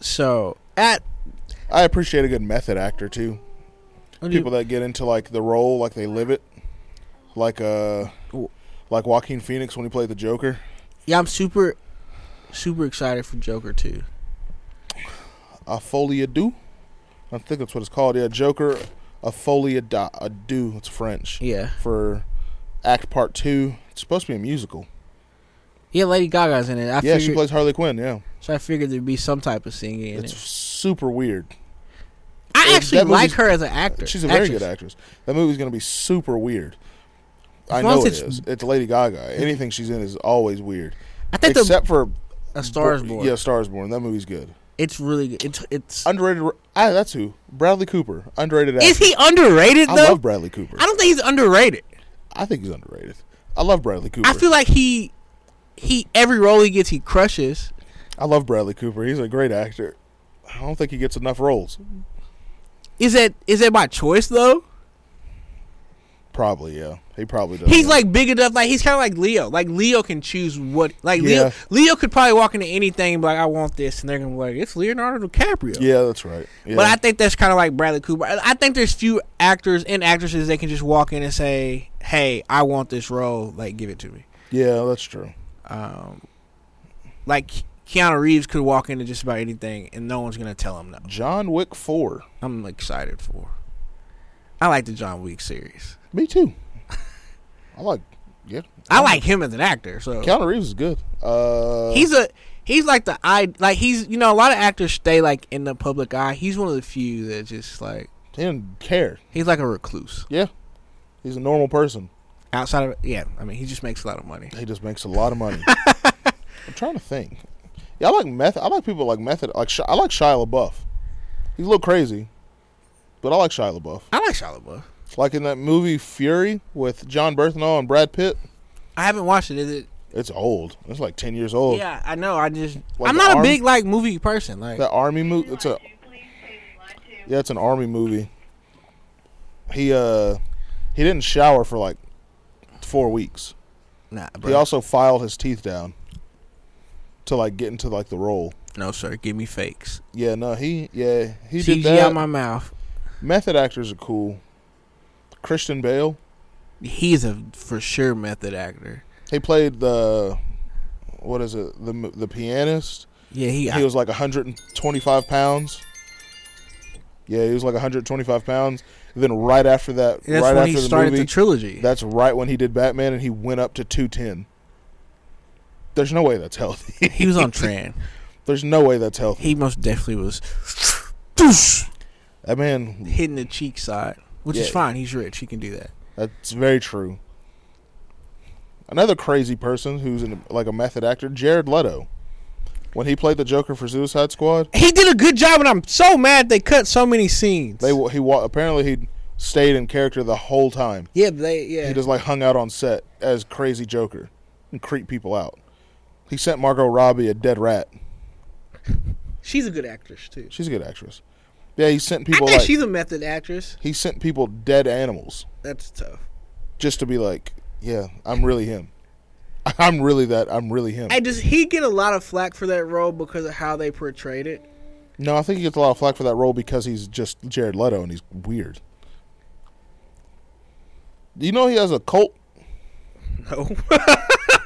So at
I appreciate a good method actor too. People that get into like the role, like they live it, like uh,
Ooh.
like Joaquin Phoenix when he played the Joker.
yeah, I'm super, super excited for Joker too.
A folia do, I think that's what it's called. Yeah, Joker, a folia da, a do. It's French
Yeah,
for Act Part Two. It's supposed to be a musical.
yeah, Lady Gaga's in it. I
yeah, she
figured,
plays Harley Quinn. Yeah,
so I figured there'd be some type of singing in
it's
it.
super weird.
I
it-
actually
that
like
movie's-
her as an actor.
She's a very
actress.
good actress. That movie's gonna be super weird. I
As long
know
as
it
it's-
is. It's Lady Gaga. Anything she's in is always weird.
I think
Except for
the A Star Is
Bo-
Born.
Yeah, Stars Born. That movie's good.
It's really good. It's it's
Underrated. Ah, that's who. Bradley Cooper. Underrated.
is
actor.
he underrated
I
though?
love Bradley Cooper.
I don't think he's underrated.
I think he's underrated. I love Bradley Cooper.
I feel like he he every role he gets he crushes.
I love Bradley Cooper. He's a great actor. I don't think he gets enough roles.
Is that is that by choice though?
Probably, yeah. He probably does.
He's like big enough. Like he's kind of like Leo. Like Leo can choose what. Like
Yeah.
Leo, Leo could probably walk into anything and be like, "I want this," and they're gonna be like, "It's Leonardo DiCaprio."
Yeah, that's right. Yeah.
But I think that's kind of like Bradley Cooper. I I think there's few actors and actresses that can just walk in and say, "Hey, I want this role. Like, give it to me."
yeah, that's true.
Um, like Keanu Reeves could walk into just about anything, and no one's gonna tell him no.
John Wick 4.
I'm excited for. I like the John Wick series.
Me too. I like, yeah.
I like him as an actor. So
Keanu Reeves is good. Uh,
he's a he's like the eye like he's you know a lot of actors stay like in the public eye he's one of the few that just like
he didn't care.
he's like a recluse
Yeah. He's a normal person.
outside of yeah i mean he just makes a lot of money
He just makes a lot of money. I'm trying to think. Yeah, I like method. I like people like method. Like Sh- I like Shia LaBeouf. He's a little crazy, but I like Shia LaBeouf.
i like Shia LaBeouf.
Like in that movie Fury with John Berthenol and Brad Pitt.
i haven't watched it is it
It's old. It's like ten years old.
Yeah, I know. I just
Oh. Like
I'm
the
not a
arm-
big like movie person. Like
That army movie. It's a yeah. It's an army movie. He uh, he didn't shower for like four weeks.
nah,
He
bro.
also filed his teeth down to like get into like the role.
no, sir. Give me fakes.
Yeah, no, he yeah he
CG
did that.
out my mouth.
Method actors are cool. Christian Bale,
He's a for sure method actor.
he played the what is it the the pianist.
Yeah, he.
He was like 125 pounds. Yeah, he was like 125 pounds. And then right after that,
that's
right
when
after
he
the
started
movie,
the trilogy.
that's right when he did Batman, and he went up to 210. There's no way that's healthy.
he was on Tran.
There's no way that's healthy.
He most definitely was doosh,
That man,
hitting the cheek side, which is
Yeah.
fine. He's rich. He can do that.
that's very true. Another crazy person who's in, like a method actor, Jared Leto. When he played the Joker for Suicide Squad,
He did a good job, and I'm so mad they cut so many scenes.
they wa- he wa- apparently he stayed in character the whole time.
yeah, but they yeah.
He just like hung out on set as crazy Joker and creep people out. He sent Margot Robbie a dead rat.
she's a good actress too.
She's a good actress. Yeah, he sent people
I think
like
she's a method actress.
he sent people dead animals
That's tough.
just to be like, yeah, I'm really him. I'm really that. I'm really him.
Hey, does he get a lot of flack for that role because of how they portrayed it?
no, I think he gets a lot of flack for that role because he's just Jared Leto and he's weird. You know he has a cult
No.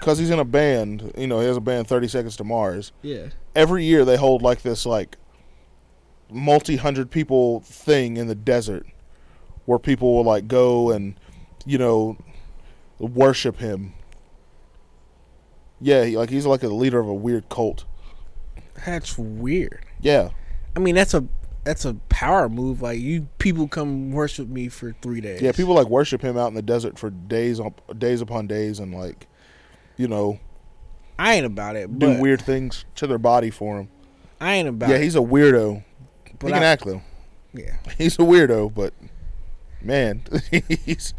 because he's in a band. You know he has a band, Thirty Seconds to Mars.
yeah.
every year they hold like this like multi hundred people thing in the desert where people will like go and you know worship him yeah he, like he's like a leader of a weird cult
That's weird.
yeah
I mean, that's a that's a power move. Like you people come worship me for three days.
yeah people like worship him out in the desert for days on days upon days and like you know
I ain't about it.
do
But
weird things to their body for him
I ain't about
yeah
it.
he's a weirdo
But
he can
I-
act though
Yeah.
he's a weirdo, but man, he's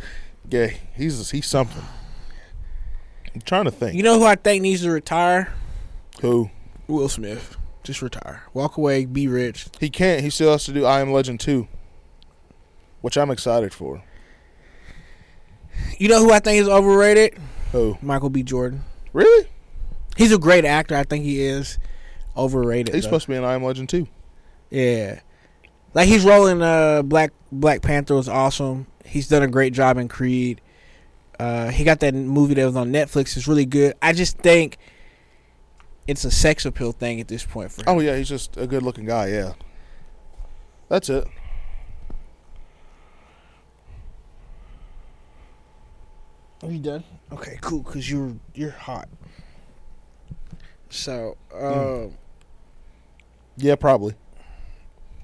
yeah, he's he's something. I'm trying to think.
You know who I think needs to retire?
Who
Will Smith. Just retire. Walk away. Be rich.
he can't. He still has to do I Am Legend two, which I'm excited for.
You know who I think is overrated?
Who
Michael B. Jordan.
really?
He's a great actor. I think he is overrated.
He's
though.
supposed to be in I Am Legend two.
Yeah. Like he's rolling uh Black Black Panther was awesome. He's done a great job in Creed. Uh he got that movie that was on Netflix. It's really good. I just think it's a sex appeal thing at this point for him.
Oh yeah, he's just a good looking guy. Yeah, that's it.
Are you done?
Oh.
Okay, cool, cause you're you're hot. So, um
Mm. Yeah, probably.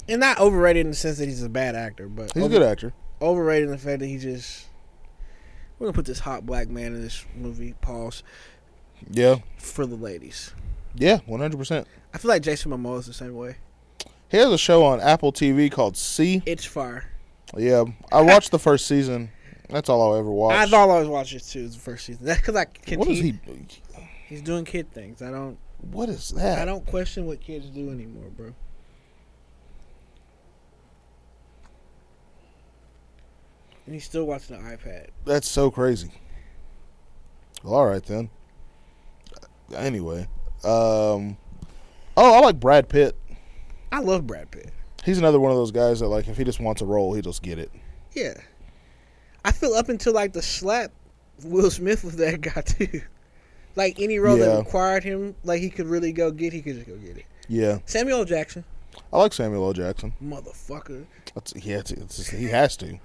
and not overrated in the sense that he's a bad actor, but
He's a
over-
good actor.
overrated in the fact that he just we're gonna put this hot black man in this movie, pause,
Yeah,
for the ladies.
yeah, one hundred percent.
I feel like Jason Momoa is the same way.
He has a show on Apple TV called C.
It's fire.
Yeah, I watched the first season. That's all I ever watched.
I thought I was watching it too. The first season. That's because I continue.
what is he?
He's doing kid things. I don't.
What is that?
I don't question what kids do anymore, bro. And he's still watching the iPad.
That's so crazy. Well, all right then. Anyway, um, oh, I like Brad Pitt.
I love Brad Pitt.
He's another one of those guys that like if he just wants a role, he just get it.
Yeah. I feel up until like the slap, Will Smith was that guy too. Like any role
Yeah.
that required him, like he could really go get, he could just go get it.
Yeah,
Samuel L. Jackson,
I like Samuel L. Jackson.
motherfucker.
That's, yeah, it's, it's just- he has to.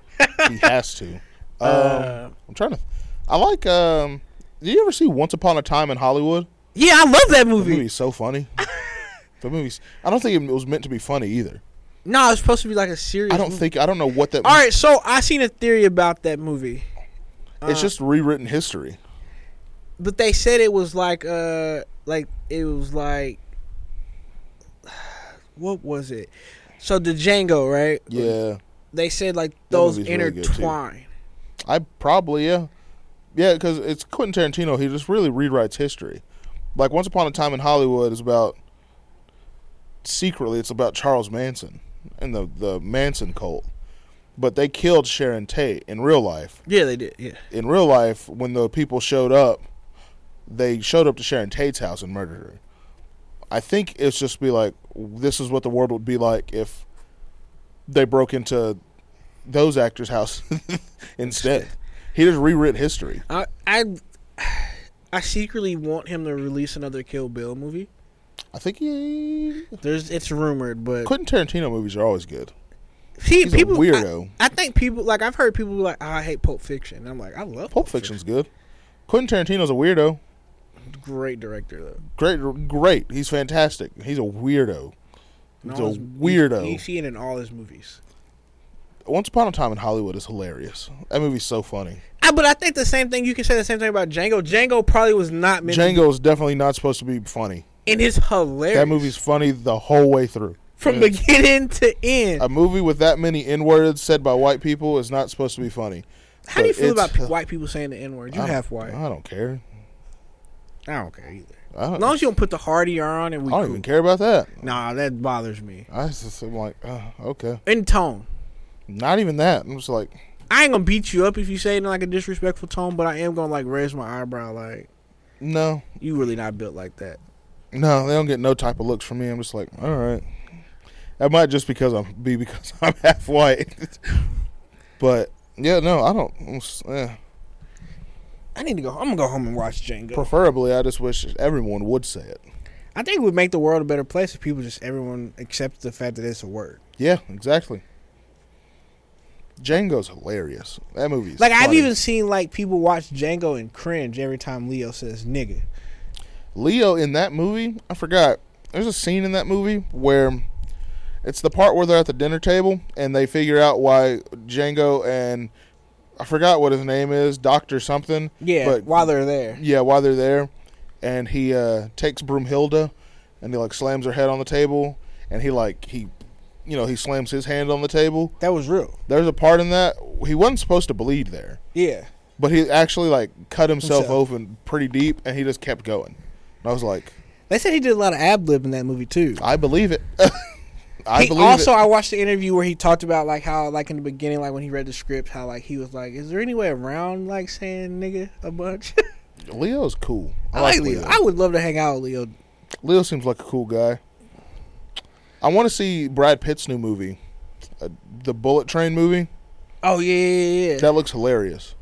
he has to. Um,
Uh,
I'm trying to. I like. Um, did you ever see Once Upon a Time in Hollywood?
Yeah, I love that
That
movie.
movie's so funny. the movie's. I don't think it was meant to be funny either.
No, it's supposed to be like a serious.
I don't
movie.
think. I don't know what that.
All right, so I seen a theory about that movie, Uh,
It's just rewritten history.
but they said it was like uh like it was like what was it? So the Django, right?
Yeah.
They said like
That
those
movie's really good, too.
intertwine.
I probably yeah. Yeah, because it's Quentin Tarantino. He just really rewrites history. Like Once Upon a Time in Hollywood is about secretly it's about Charles Manson and the the Manson cult, but they killed Sharon Tate in real life.
Yeah, they did. Yeah.
In real life, when the people showed up, they showed up to Sharon Tate's house and murdered her. I think it's just be like this is what the world would be like if they broke into those actors' house instead. He just rewrit history.
I I I secretly want him to release another Kill Bill movie.
I think he
There's it's rumored, but
Quentin Tarantino movies are always good.
See,
He's a
people,
weirdo.
I, I think people like I've heard people be like, "Ah, I hate Pulp Fiction. And I'm like, I love
Pulp Fiction's good. Quentin Tarantino's a weirdo.
Fiction. Great director though.
Great, great. He's fantastic. He's a weirdo.
In
He's
all
a
his-
weirdo.
You, you see it in all his movies.
Once Upon a Time in Hollywood is hilarious. That movie's so funny.
Ah, but I think the same thing you can say the same thing about Django. Django probably was not meant to
Django is definitely not supposed to be funny.
be, and it's hilarious.
That movie's funny the whole way through.
from beginning to end.
A movie with that many N words said by white people is not supposed to be funny.
How do you
but
feel about
it's-
pe- white people saying the N word? You
I don't-
half white.
I don't care.
I don't care either.
I don't,
As long as you don't put the hard ER on and
I
we
don't
cool.
even care about that.
Nah, that bothers me.
I just am like, uh, okay.
In tone.
Not even that. I'm just like,
I ain't gonna beat you up if you say it in like a disrespectful tone, but I am gonna like raise my eyebrow like
no,
you really not built like that.
no. They don't get no type of looks from me. I'm just like, all right. That might just because I'm be because I'm half white. but yeah, no, I don't. I'm s- eh.
I need to go. I'm gonna go home and watch Django.
Preferably, I just wish everyone would say it.
I think it would make the world a better place if people just everyone accepts the fact that it's a word.
Yeah, exactly. Django's hilarious. That movie's
Like I've
funny.
even seen like people watch Django and cringe every time Leo says nigga.
Leo in that movie, I forgot. There's a scene in that movie where it's the part where they're at the dinner table and they figure out why Django and I forgot what his name is, Doctor something.
Yeah,
But-
while they're there.
Yeah, while they're there, and he uh, takes Broomhilda and he like slams her head on the table and he like he, you know, he slams his hand on the table.
That was real.
There's a part in that he wasn't supposed to bleed there,
Yeah.
but he actually like cut himself
Himself.
open pretty deep and he just kept going. And I was like.
They said he did a lot of ad lib in that movie too.
I believe it. I
he
believe
also
it.
I watched the interview where he talked about like how like in the beginning like when he read the script how like he was like is there any way around like saying nigga a bunch
Leo's cool.
I like Leo I would love to hang out with Leo
Leo seems like a cool guy. I want to see Brad Pitt's new movie, uh, the Bullet Train movie.
oh yeah yeah yeah, yeah.
That looks hilarious.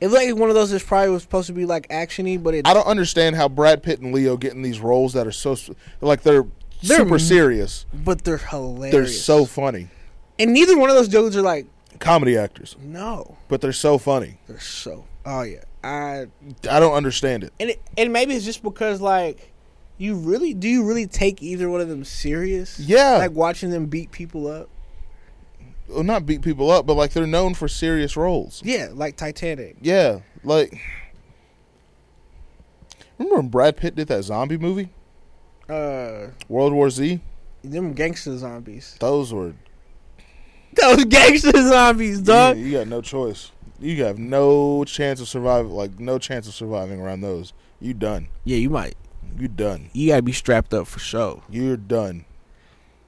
it looked like one of those that's probably was supposed to be like actiony but it
I don't understand how Brad Pitt and Leo get in these roles that are so like they're,
They're
super
m-
serious.
but they're hilarious
They're so funny.
and neither one of those dudes are like
Comedy actors,
no
but they're so funny.
they're so oh yeah I
I don't understand it.
and it, and maybe it's just because like you really do you really take either one of them serious
Yeah.
like watching them beat people up
Well, not beat people up, but like they're known for serious roles.
yeah like Titanic
Yeah, like remember when Brad Pitt did that zombie movie?
uh.
World War Z.
Them gangster zombies.
Those were
Those gangster zombies, dog.
You, you got no choice. You have no chance of surviving. Like no chance of surviving around those. You done.
Yeah, you might.
You done.
You gotta be strapped up for sure.
You're done.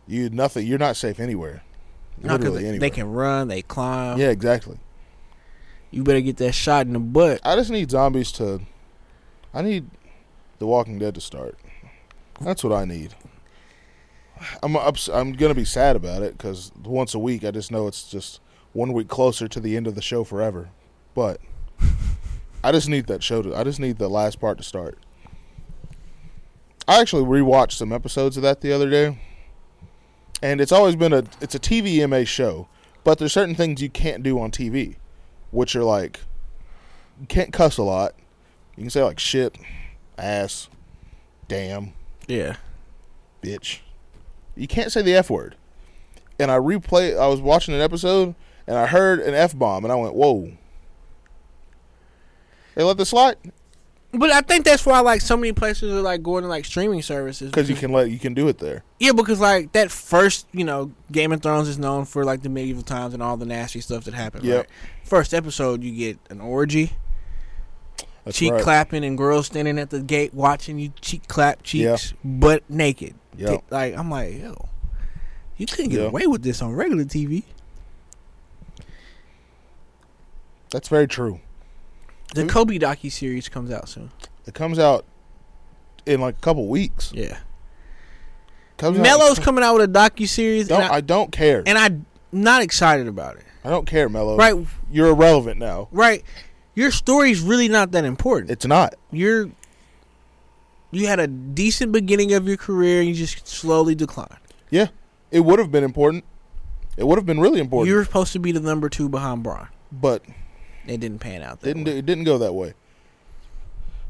You nothing. You're not safe anywhere.
Not because
Literally
they,
anywhere.
they can run, they climb.
Yeah, exactly.
You better get that shot in the butt.
I just need zombies to. I need The Walking Dead to start. That's what I need. I'm ups, I'm gonna be sad about it because once a week I just know it's just one week closer to the end of the show forever. But I just need that show to. I just need the last part to start. I actually rewatched some episodes of that the other day, and it's always been a it's a TVMA show, but there's certain things you can't do on TV, which are like you can't cuss a lot. You can say like shit, ass, damn,
Yeah.
bitch. You can't say the F word. And I replay I was watching an episode and I heard an F bomb and I went, Whoa. They let this slide?
But I think that's why like so many places are like going to like streaming services.
Because you can let you can do it there.
Yeah, because like that first, you know, Game of Thrones is known for like the medieval times and all the nasty stuff that happened. Right?
Yep.
First episode you get an orgy.
That's
cheek
right.
clapping and girls standing at the gate watching you cheek clap
Yeah.
cheeks butt naked.
Yeah.
Th- Like I'm like, yo, you couldn't get
Yeah.
away with this on regular TV.
That's very true.
The
Mm.
Kobe docu series comes out soon.
It comes out in like a couple weeks.
Yeah,
Comes out-
Melo's coming out with a docu series,
Don't,
and,
I,
I,
don't care.
and I'm not excited about it.
I don't care, Mello.
Right,
You're irrelevant now.
right. Your story's really not that important.
It's not.
you're you had a decent beginning of your career and you just slowly declined.
It would have been important. It would have been really important.
You were supposed to be the number two behind Braun.
but
It didn't pan out. That
didn't
way.
do, it didn't go that way.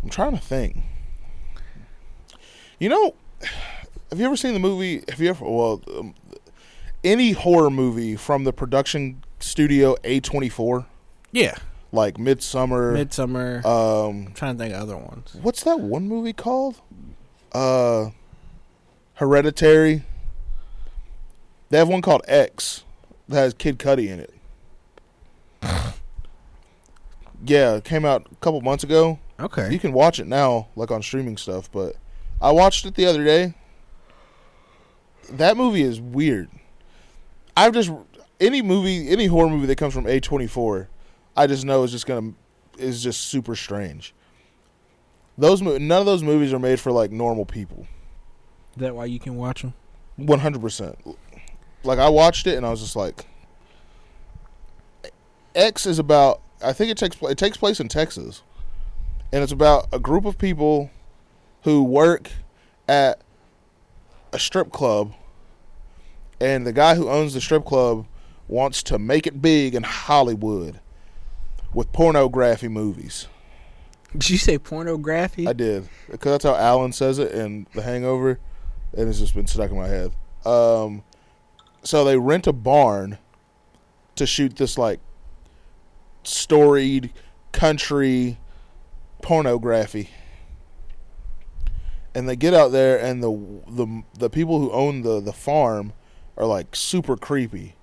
I'm trying to think. You know, have you ever seen the movie? Have you ever well, um, any horror movie from the production studio A24,
Yeah,
like Midsummer?
Midsummer.
um,
I'm trying to think of other ones.
what's that one movie called? Uh, Hereditary. They have one called X that has Kid Cudi in it. yeah, it came out a couple months ago. You
Okay.
can watch it now, like on streaming stuff. But I watched it the other day. That movie is weird. I've just any movie, any horror movie that comes from A twenty four, I just know is just gonna is just super strange. Those mo- none of those movies are made for like normal people,
Is that why you can watch them?
one hundred percent. Like I watched it and I was just like, X is about. I think it takes pla- it takes place in Texas, and it's about a group of people who work at a strip club, and the guy who owns the strip club wants to make it big in Hollywood with pornography movies.
Did you say pornography?
I did because that's how Alan says it in The Hangover, and it's just been stuck in my head. Um, so they rent a barn to shoot this like storied country pornography, and they get out there, and the the the people who own the the farm are like super creepy,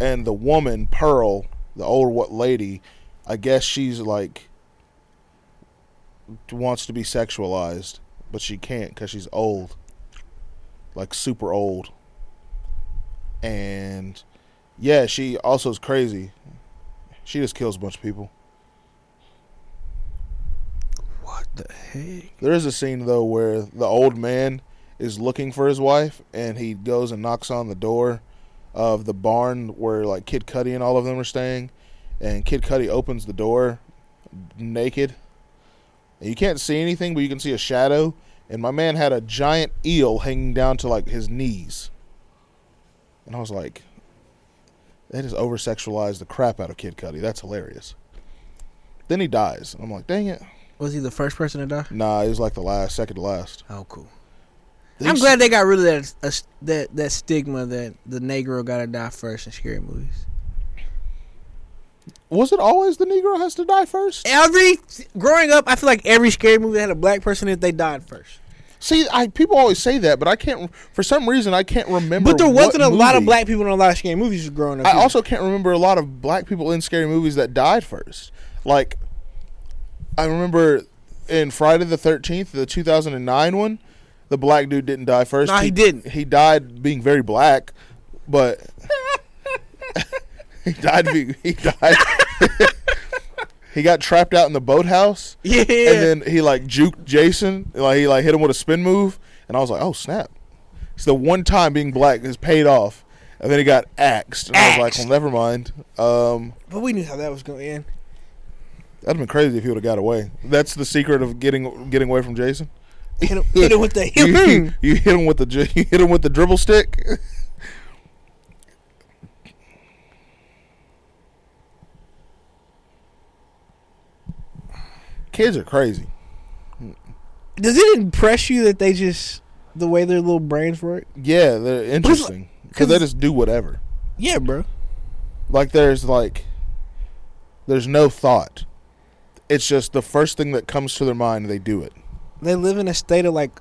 and the woman Pearl, the old what lady, I guess she's like wants to be sexualized, but she can't because she's old, like super old. And yeah, she also is crazy. She just kills a bunch of people.
what the heck?
There is a scene though where the old man is looking for his wife, and he goes and knocks on the door of the barn where like Kid Cudi and all of them are staying, and Kid Cudi opens the door naked. And you can't see anything, but you can see a shadow. And my man had a giant eel hanging down to like his knees, and I was like, "They just over sexualized the crap out of Kid Cudi. That's hilarious." Then he dies. I'm like, "Dang it!"
Was he the first person to die?
Nah, he was like the last, second to last.
Oh, cool. I'm
These-
glad they got rid of that uh, that that stigma that the Negro gotta die first in scary movies.
Was it always the Negro has to die first?
Every growing up, I feel like every scary movie that had a black person in it, they died first.
See, I people always say that, but I can't. For some reason, I can't remember.
But there
what
wasn't a lot of
movie.
black people in a lot of scary movies growing up.
I
either.
also can't remember a lot of black people in scary movies that died first. Like, I remember in Friday the Thirteenth, the two thousand and nine one, the black dude didn't die first.
No, he didn't.
He died being very black, but he died. Being, he died. he got trapped out in the boathouse.
yeah,
And then he like juked Jason, like he like hit him with a spin move, and I was like, oh snap! It's the one time being black has paid off, and then he got axed, and I was
Axed.
like, well, never mind. Um,
but we knew how that was going to end.
that'd have been crazy if he would have got away. That's the secret of getting getting away from Jason.
Hit him, hit him with the
you,
hit
you hit him with the dri- you hit him with the dribble stick. Kids are crazy.
Does it impress you that they just the way their little brains work?
Yeah, they're interesting because they
'cause-
just do whatever.
Yeah, bro.
Like there's like there's no thought. It's just the first thing that comes to their mind, they do it.
They live in a state of like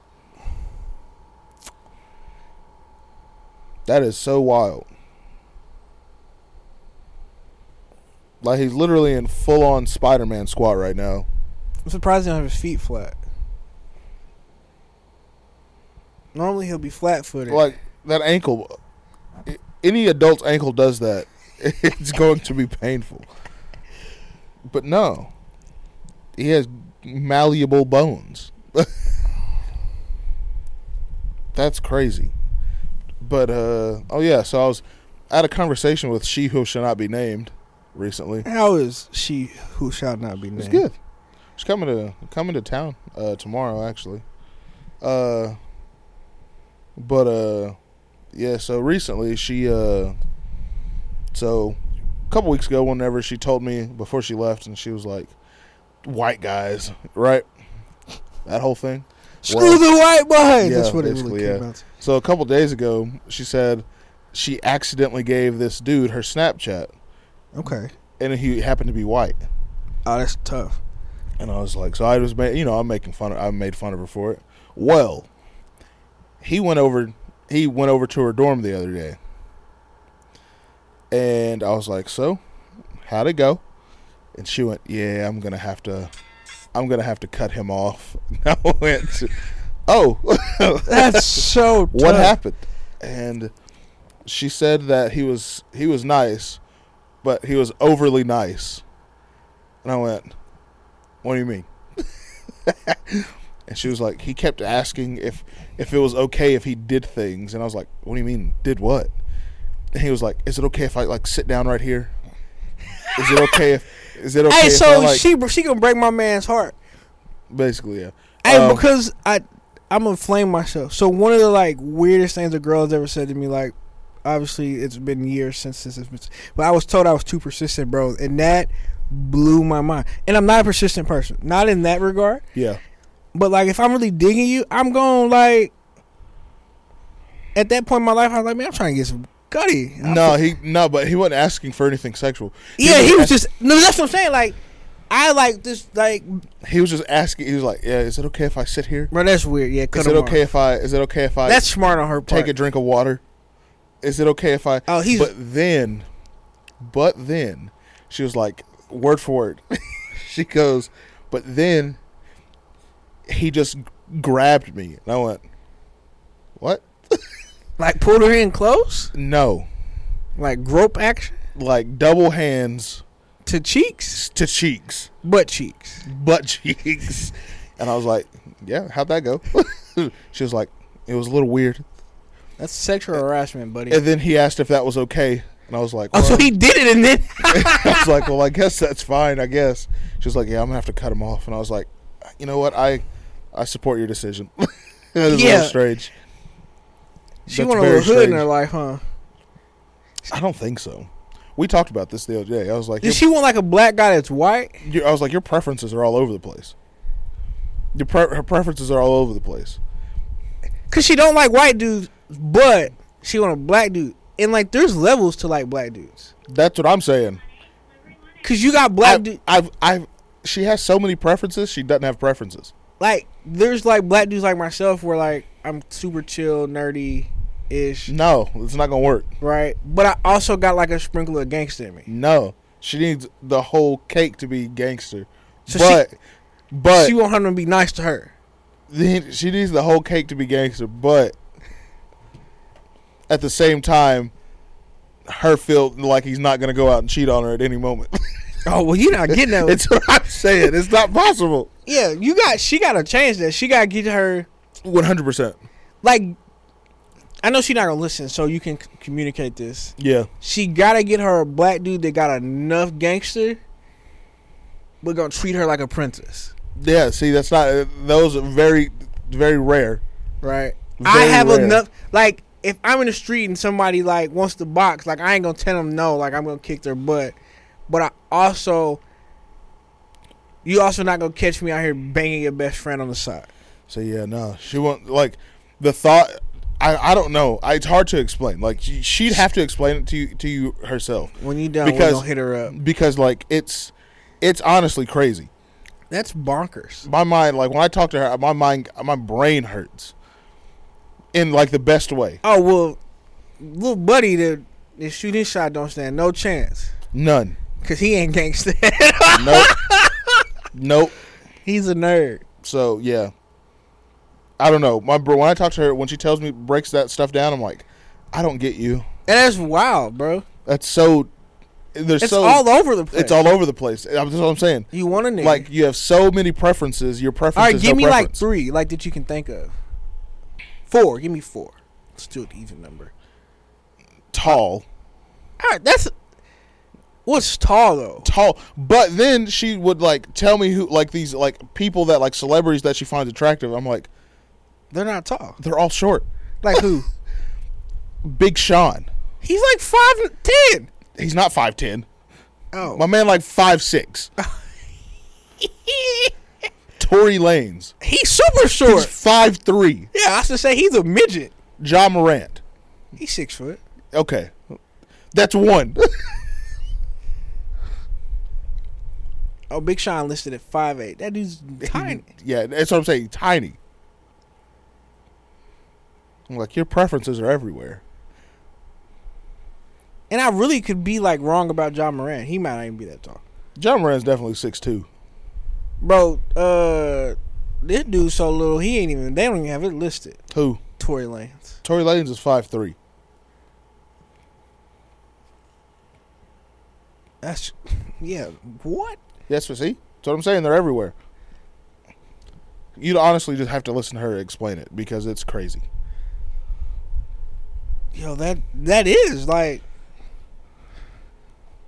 That is so wild. Like he's literally in full on Spider Man squat right now.
I'm surprised he don't have his feet flat. Normally he'll be flat footed.
Like that ankle, i- any adult's ankle does that. It's going to be painful. But no, he has malleable bones. That's crazy. But uh oh yeah, so I was I had a conversation with she who shall not be named recently.
How is she who shall not be named?
It's good. She's coming to coming to town uh, tomorrow, actually. Uh, but uh, yeah. So recently, she uh, so a couple weeks ago, whenever she told me before she left, and she was like, "White guys, right?" That whole thing.
Screw the white boy.
Yeah,
That's what it really
basically,
came
yeah.
out. to.
So a couple days ago, she said she accidentally gave this dude her Snapchat,
Okay.
and he happened to be white.
Oh, that's tough.
And I was like, so I was, ma- you know, I'm making fun. Of, I made fun of her for it. Well, he went over. He went over to her dorm the other day, and I was like, so, how'd it go? And she went, yeah, I'm gonna have to, I'm gonna have to cut him off. And I went, oh,
That's so tough.
what happened? And she said that he was he was nice, but he was overly nice. And I went, "What do you mean?" and she was like, "He kept asking if if it was okay if he did things." And I was like, "What do you mean? Did what?" And he was like, "Is it okay if I like sit down right here? Is it okay if is it okay
Hey,
if
so
I, like,
she she gonna break my man's heart.
basically yeah."
Hey,
Um,
because I I'm gonna flame myself. So one of the like weirdest things a girl's ever said to me, like obviously it's been years since this has been but I was told I was too persistent, bro, and that blew my mind. And I'm not a persistent person. Not in that regard.
yeah.
But like if I'm really digging you, I'm going to like at that point in my life, I was like, man, I'm trying to get some gutty. I
No, he no, but he wasn't asking for anything sexual.
Yeah, he was
ask-
just no. That's what I'm saying. Like, I like this. Like,
He was just asking. He was like, "Yeah, is it okay if I sit here?
bro, that's weird. Yeah, cut
Is it
him off.
okay if I? Is it okay if I
That's smart on her part.
take a drink of water? Is it okay if I?"
Oh, he's-
But then, but then, she was like, word for word. she goes, but then, he just grabbed me, and I went, "What?
like, pull her in close.
No!"
Like, grope action
Like double hands
to cheeks,
to cheeks.
butt cheeks.
butt cheeks. And I was like, yeah, how'd that go? she was like, it was a little weird.
That's sexual harassment, buddy.
And then he asked if that was okay. And I was like,
oh,
well,
so he did it, and then
I was like, well, I guess that's fine, I guess. She was like, yeah, I'm going to have to cut him off. And I was like, you know what? I I support your decision. it was a
Yeah.
little strange.
she
That's
want a
very
little hood in
strange.
her life, huh?
I don't think so. We talked about this the other day. I was like,
Did she want like a black guy that's white?
your- your- I was like, your preferences are all over the place. Your pre- her preferences are all over the place.
Cause she don't like white dudes, but she want a black dude. And like, there's levels to like black dudes.
That's what I'm saying.
Cause you got black dudes.
I've, I've, I've, she has so many preferences. She doesn't have preferences.
like there's like black dudes like myself where like I'm super chill, nerdy ish,
No, it's not gonna work.
right? But I also got like a sprinkle of gangster in me.
No, she needs the whole cake to be gangster.
So
but, but
she want him to be nice to her.
then she needs the whole cake to be gangster. But at the same time, her feel like he's not gonna go out and cheat on her at any moment.
Oh well, you're not getting that.
it's what I'm saying. It's not possible.
yeah, you got. She got to change that. She got to get her
One hundred percent.
like. I know she not gonna listen, so you can c- communicate this.
Yeah.
She gotta get her a black dude that got enough gangster, but gonna treat her like a princess,
Yeah. See, that's not. Those are very, very rare.
right? I
Very
have
rare.
enough. Like, if I'm in the street and somebody like wants to box, like I ain't gonna tell them no. Like I'm gonna kick their butt, but I also, you also not gonna catch me out here banging your best friend on the side.
So yeah, no, she won't. Like the thought, I I don't know. I, it's hard to explain. Like she- she'd have to explain it to you, to you herself
When you done, we
Because-
gonna hit her up.
because like it's it's honestly crazy.
That's bonkers.
My mind, like when I talk to her, my mind, my brain hurts in like the best way.
Oh well, little buddy that that shooting shot don't stand no chance
None.
because he ain't gangster.
Nope. nope.
He's a nerd.
So yeah, I don't know. My bro, when I talk to her, when she tells me breaks that stuff down, I'm like, I don't get you.
And that's wild, bro.
That's so. There's
It's
so
all over the place.
it's all over the place. That's what I'm saying.
You want a nigga.
Like you have so many preferences. Your preference.
all right,
is
give
no
me like
preference.
three, like that you can think of. Four, give me four. Let's do an even number.
tall,
All right, that's what's tall though.
tall. But then she would like tell me who like these like people that like celebrities that she finds attractive. I'm like,
They're not tall.
they're all short.
Like who?
Big Sean.
He's like five and ten.
He's not five ten.
Oh,
My man, like five six. Tory Lanes.
he's super short.
He's five three.
yeah, I should say he's a midget.
John Morant.
He's six foot.
Okay, that's one.
Oh, Big Sean listed at five eight. That dude's tiny.
yeah, that's what I'm saying. Tiny. I'm like your preferences are everywhere.
And I really could be like wrong about John Moran. He might not even be that tall.
John Morant's definitely six two.
Bro, uh this dude's so little he ain't even they don't even have it listed.
Who?
Tory Lanez.
Tory Lanez is five three.
That's yeah. What?
Yes, but see, that's what I'm saying. They're everywhere. You'd honestly just have to listen to her explain it because it's crazy.
Yo, that that is like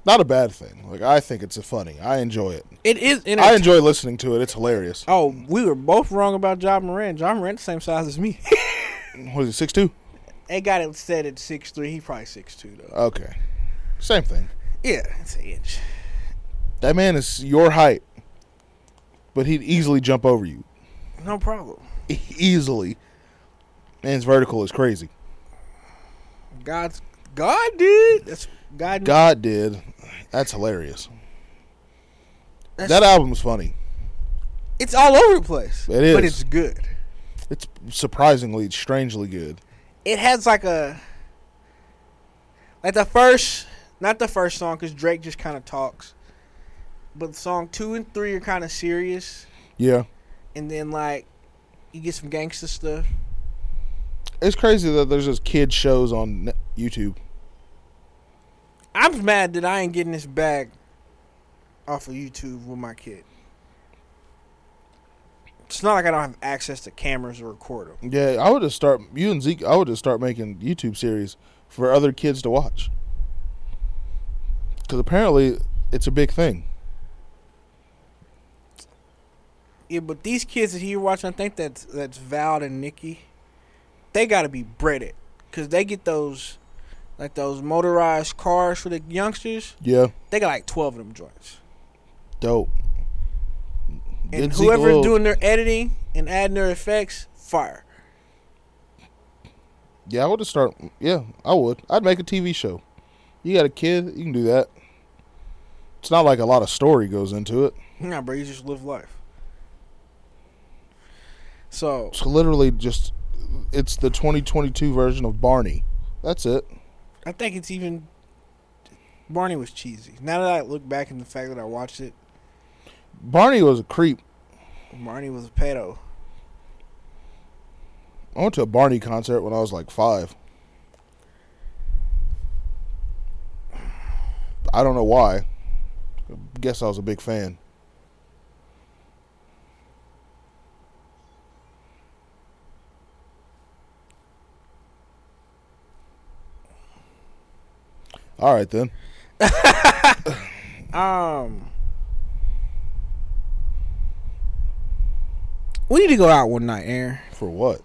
Not a bad thing. Like I think it's funny. I enjoy it.
it is in
I enjoy listening to it. It's hilarious.
Oh, we were both wrong about John Moran. John Moran the same size as me.
What is it? Six two.
they got it said at six three. He probably six two though.
Okay, same thing.
Yeah, it's an inch.
That man is your height, but he'd easily jump over you.
No problem.
Easily. Man's vertical is crazy.
God's God did. That's God.
God did. That's hilarious.
that's,
that album's funny.
it's all over the place.
It
but
is.
it's good.
It's surprisingly, strangely good.
it has like a like the first not the first song because drake just kind of talks but song two and three are kind of serious
Yeah.
and then like you get some gangster stuff
It's crazy that there's just kid shows on Net- YouTube.
i'm mad that i ain't getting this bag off of youtube with my kid it's not like i don't have access to cameras to record them
Yeah, I would just start you and Zeke. I would just start making YouTube series for other kids to watch. Because apparently, it's a big thing.
yeah but these kids that here watching i think that's that's val and nikki they gotta be breaded because they get those like those motorized cars for the youngsters
Yeah,
they got like 12 of them joints
dope.
and
Get Zeke a
whoever's
little-
doing their editing and adding their effects fire
Yeah, I would just start. Yeah, I would. I'd make a TV show. You got a kid, you can do that. It's not like a lot of story goes into it.
nah bro you just live life so
It's literally just it's the 2022 version of Barney. That's it.
i think it's even barney was cheesy now that i look back and the fact that i watched it
Barney was a creep.
barney was a pedo
I went to a Barney concert when I was like 5. I don't know why. Guess I was a big fan. All right then.
um we need to go out one night aaron
For what?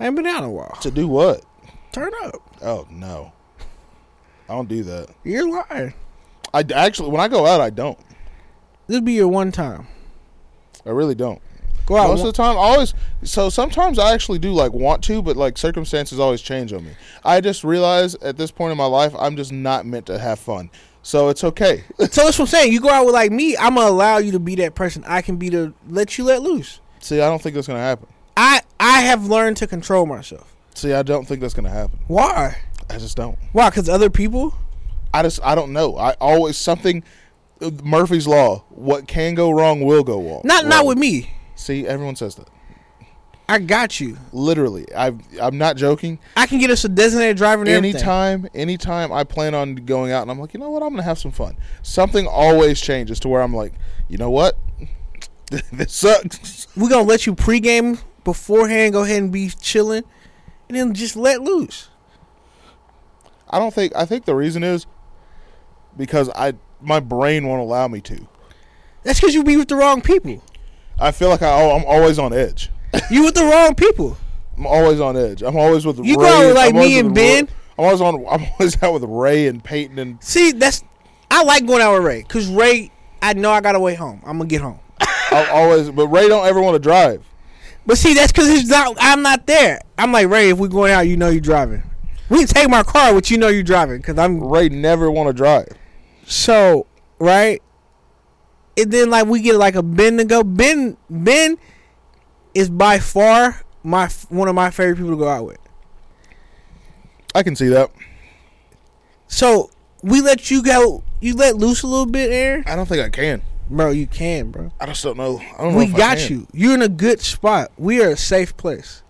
i ain't been out in a while
To do what?
turn up
Oh no. I don't do that.
you're lying
I d- actually when I go out I don't.
this be your one time
I really don't.
go out
Most
one-
of the time, I always. So sometimes I actually do like want to, but like circumstances always change on me. I just realize at this point in my life, I'm just not meant to have fun. So it's okay.
So that's what I'm saying. You go out with like me, I'm gonna allow you to be that person. I can be the let you let loose.
See, I don't think that's gonna happen.
I I have learned to control myself.
See, I don't think that's gonna happen.
Why?
I just don't.
Why? Because other people.
I just I don't know. I always something uh, Murphy's Law. What can go wrong will go wrong.
Not not
wrong.
with me.
See, everyone says that.
I got you.
Literally, I I'm not joking.
I can get us a designated driver and everything.
Anytime, anytime I plan on going out, and I'm like, you know what, I'm gonna have some fun. Something always changes to where I'm like, you know what, this sucks.
We're gonna let you pregame beforehand. Go ahead and be chilling, and then just let loose.
I don't think. I think the reason is because I my brain won't allow me to.
That's because you be with the wrong people.
I feel like I, oh, I'm always on edge.
You with the wrong people.
I'm always on edge. I'm always with
You
Ray.
go
I'm
like
always
me and
with Roy-
Ben?
I'm always on. I'm always out with Ray and Peyton and
See, that's I like going out with Ray because Ray. I know I gotta wait home. I'm gonna get home.
I always. But Ray don't ever want to drive.
But see, that's because he's not. I'm not there. I'm like Ray. If we going out, you know you driving. We can take my car, but you know you driving because I'm
Ray never want to drive.
so right. And then like we get like a Ben to go. Ben Ben is by far my one of my favorite people to go out with.
I can see that.
So we let you go. You let loose a little bit, Aaron.
I don't think I can.
Bro, you can, bro.
I just don't know. I don't know.
We
if I
got
can.
you. You're in a good spot. We are a safe place.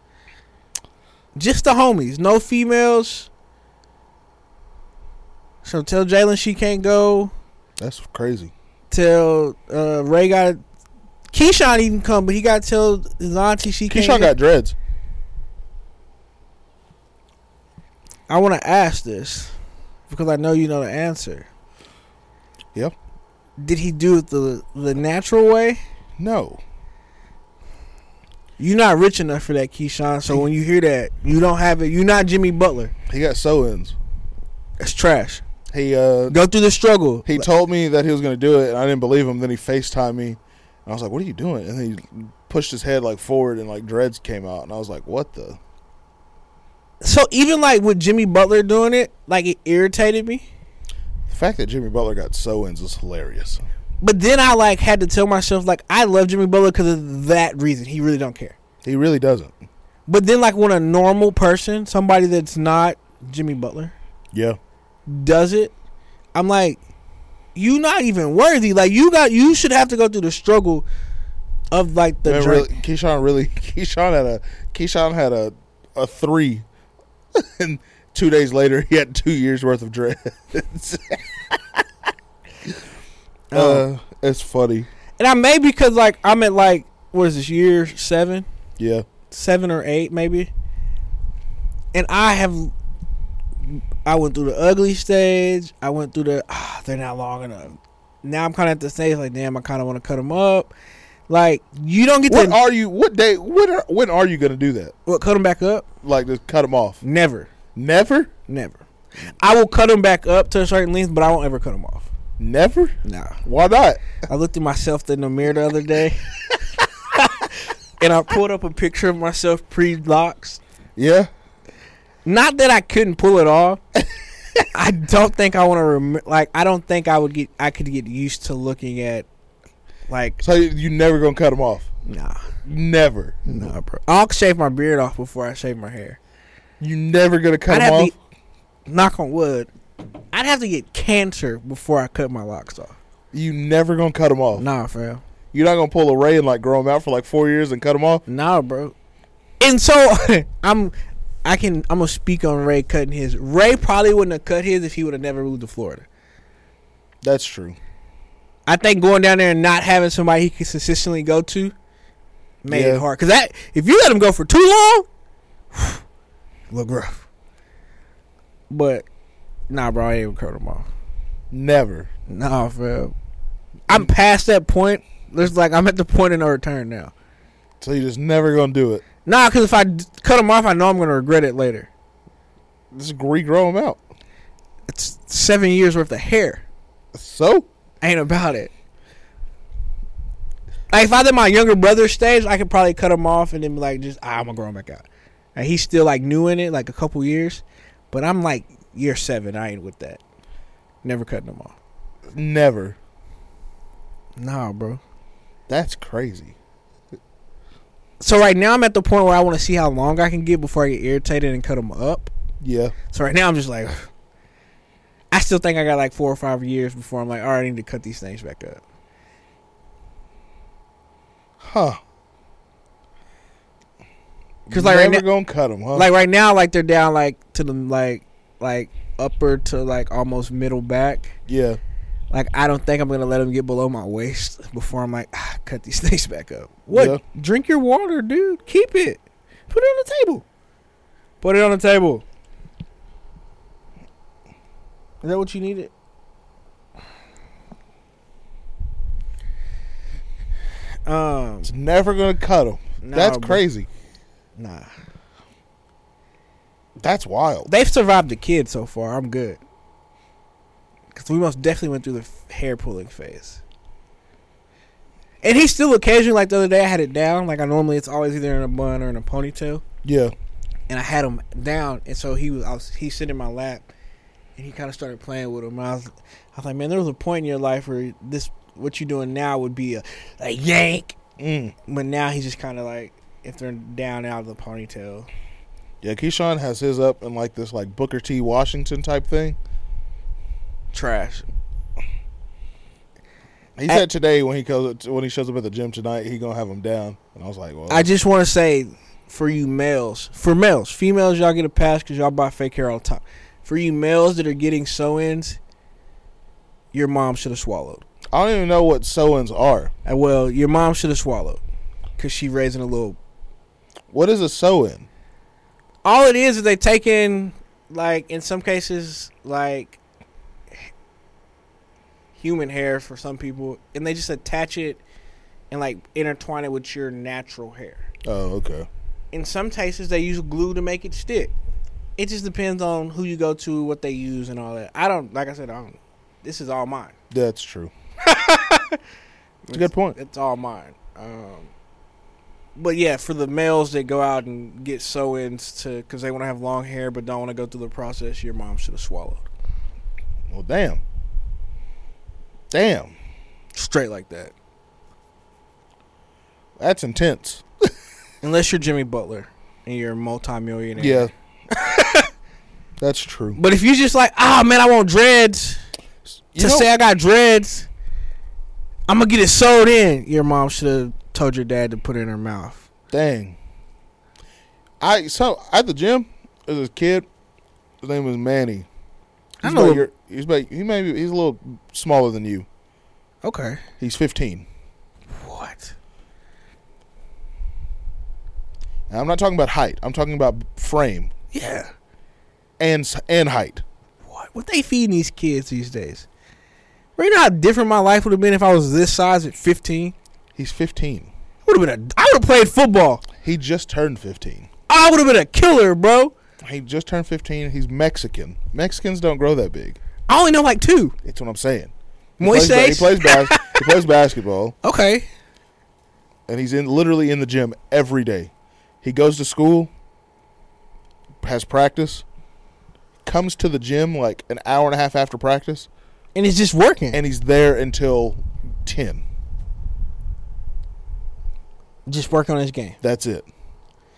Just the homies, no females. So tell Jalen she can't go.
That's crazy.
Tell uh, Ray got Keyshawn even come, but he got to tell his auntie she can't.
Keyshawn
go.
got dreads.
I want to ask this because I know you know the answer.
Yep.
Did he do it the the natural way?
No,
You're not rich enough for that, Keyshawn. So when you hear that, you don't have it. You're not Jimmy Butler.
he got sew ins.
That's trash.
He uh
Go through the struggle.
he told me that he was gonna do it, and I didn't believe him. Then he Facetimed me, and I was like, "What are you doing?" And then he pushed his head like forward, and like dreads came out, and I was like, "What the?"
So even like with Jimmy Butler doing it, like it irritated me.
The fact that Jimmy Butler got sew ins is hilarious.
But then I like had to tell myself like I love Jimmy Butler because of that reason. He really don't care.
He really doesn't.
But then like when a normal person, somebody that's not Jimmy Butler,
Yeah.
does it, I'm like, you not even worthy. Like you got you should have to go through the struggle of like the
Man,
journey.
really, Keyshawn really Keyshawn had a Keyshawn had a a three, and two days later he had two years worth of dreads.
Oh.
uh, it's funny.
and I may because like I'm at like what is this year seven?
Yeah,
seven or eight maybe and i have i went through the ugly stage i went through the ah, they're not long enough now i'm kind of at the stage like damn i kind of want to cut them up like you don't get
What
to
are you? What day? What are, when are you going to do that?
what, cut them back up
Like just cut them off?
never
Never,
never i will cut them back up to a certain length but i won't ever cut them off
never.
nah
Why not?
i looked at myself in the mirror the other day and i pulled up a picture of myself pre-locks
Yeah,
Not that I couldn't pull it off. I don't think I want to rem- like. I don't think I would get. I could get used to looking at like
so you, you never gonna cut them off?
nah,
Never.
nah, bro. I'll shave my beard off before I shave my hair.
You never gonna cut
I'd
them
have
off?
to knock on wood. I'd have to get cancer before I cut my locks off.
you never gonna cut them off?
Nah, fam.
You're not gonna pull a ray and like grow them out for like four years and cut them off?
Nah, bro. And so I'm. I can. I'm gonna speak on Ray cutting his. Ray probably wouldn't have cut his if he would have never moved to Florida.
That's true.
I think going down there and not having somebody he could consistently go to made
Yeah.
it hard. Cause that if you let him go for too long, look rough. But nah, bro, I ain't even cut him off.
Never.
Nah, fam. I'm past that point. There's like I'm at the point of no return now.
So you're just never gonna do it.
Nah, cause if I d- cut him off, I know I'm gonna regret it later.
Just regrow them out.
It's seven years worth of hair.
So
Ain't about it. Like if I did my younger brother stage, I could probably cut him off and then be like, just ah, I'm gonna grow him back out. And he's still like new in it, like a couple years. But I'm like year seven. I ain't with that. Never cutting him off.
never.
Nah, bro.
That's crazy.
So right now I'm at the point where I want to see how long I can get before I get irritated and cut him up.
Yeah.
So right now I'm just like, I still think I got like four or five years before I'm like, all right, I need to cut these things back up.
Huh.
Because like right
never
now,
gonna cut them, huh?
like right now, like they're down like to the like like upper to like almost middle back.
yeah.
Like I don't think I'm gonna let them get below my waist before I'm like, ah, cut these things back up. What?
Yeah.
Drink your water, dude. Keep it. Put it on the table. Put it on the table. Is that what you needed? Um,
It's never gonna cut them.
nah,
That's
bro.
crazy.
Nah,
That's wild.
they've survived the kid so far. I'm good. Cause we most definitely went through the f- hair pulling phase. And he still occasionally, like the other day, I had it down. Like I normally, it's always either in a bun or in a ponytail.
Yeah.
and I had him down, and so he was, I was he's sitting in my lap, and he kind of started playing with him. And I was, I was like, man, there was a point in your life where this what you're doing now would be a, a yank,
Mm.
but now he's just kind of like if they're down out of the ponytail.
Yeah. Keyshawn has his up in like this like Booker T. Washington type thing.
Trash. I-
He said today when he goes when he shows up at the gym tonight, he gonna have him down. And I was like, well,
I just want to say for you males, for males, females, y'all get a pass because y'all buy fake hair all the time. For you males that are getting sew ins, your mom should have swallowed.
I don't even know what sew-ins are.
Uh, Well, your mom should have swallowed because she raising a little
What is a sew-in?
all it is is they take in like in some cases like human hair for some people and they just attach it and like intertwine it with your natural hair
Oh, okay.
in some cases they use glue to make it stick it just depends on who you go to what they use and all that i don't like i said i don't this is all mine
That's true. It's a good point.
It's all mine. Um, but yeah, for the males that go out and get sew-ins to because they want to have long hair but don't want to go through the process, your mom should have swallowed
Well, damn. Damn.
straight like that.
That's intense.
Unless you're Jimmy Butler and you're a multimillionaire.
Yeah. That's true.
But if you just like, ah man, I want dreads
You
to
know-
say I got dreads, I'm gonna get it sewed in. Your mom should have told your dad to put it in her mouth.
Dang. I so at the gym there's this kid. His name was Manny.
I
He's
know
about
a-
your, he's about, he may be, he's a little smaller than you.
Okay.
He's 15.
What?
And I'm not talking about height. I'm talking about frame
Yeah.
and s- and height.
What? What they feeding these kids these days? Bro, you know how different my life would have been if I was this size at 15.
He's 15.
Would have been a. I would have played football.
He just turned 15.
I would have been a killer, bro.
He just turned 15. He's Mexican. Mexicans don't grow that big.
I only know like two.
That's what I'm saying. He plays, ba- he
Moises.
plays, bas- he plays basketball,
Okay.
and he's in literally in the gym every day. He goes to school, has practice, comes to the gym like an hour and a half after practice,
And it's just working.
and he's there until 10.
just working on his game.
That's it.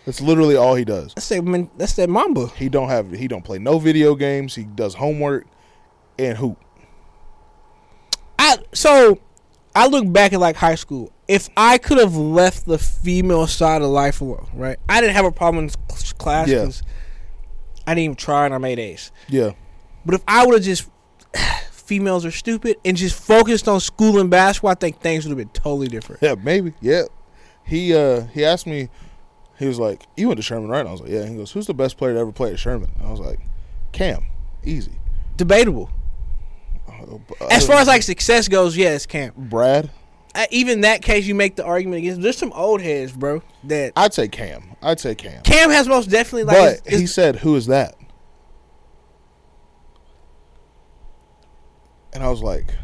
That's literally all he does.
That's that. man- That's that Mamba.
He don't have he don't play no video games. He does homework and hoop.
I so I look back at like high school. If I could have left the female side of life alone, right? I didn't have a problem in cl- class
Yeah.
'cause I didn't even try and I made A's.
Yeah.
But if I would have just females are stupid and just focused on school and basketball, I think things would have been totally different.
Yeah, maybe. Yeah. He uh he asked me he was like, You went to Sherman, right? And I was like, Yeah. He goes, Who's the best player to ever play at Sherman? I was like, Cam. Easy.
Debatable.
Uh,
As far as like success goes, yeah, it's camp.
Brad,
Uh, Even that case, you make the argument against. There's some old heads, bro. That
I'd say Cam. I'd say Cam.
Cam has most definitely like.
but
his-
he
his-
said, Who is that? And I was like,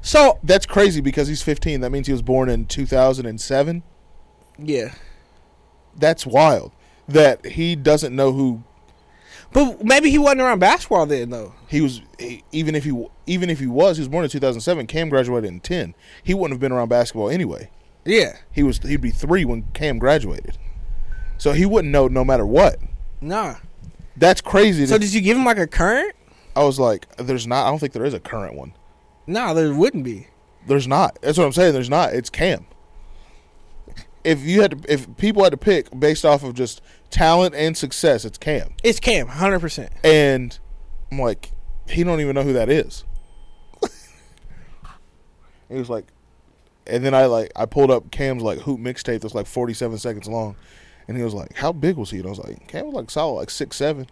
so
That's crazy because he's fifteen. That means he was born in two thousand and seven.
yeah,
That's wild. That he doesn't know who
but maybe he wasn't around basketball then though.
he was. He, even if he even if he was, he was born in 2007. Cam graduated in 10. He wouldn't have been around basketball anyway.
Yeah.
He was he'd be three when Cam graduated, so he wouldn't know no matter what.
Nah.
That's crazy.
So
to-
did you give him like a current?
I was like, there's not. I don't think there is a current one.
Nah, there wouldn't be.
There's not. That's what I'm saying. There's not. It's Cam. If you had to, if people had to pick based off of just talent and success, it's Cam.
It's Cam, hundred percent.
And I'm like, he don't even know who that is. he was like, and then I like I pulled up Cam's like hoop mixtape that's like 47 seconds long, and he was like, how big was he? And I was like, Cam was like solid, like six seven,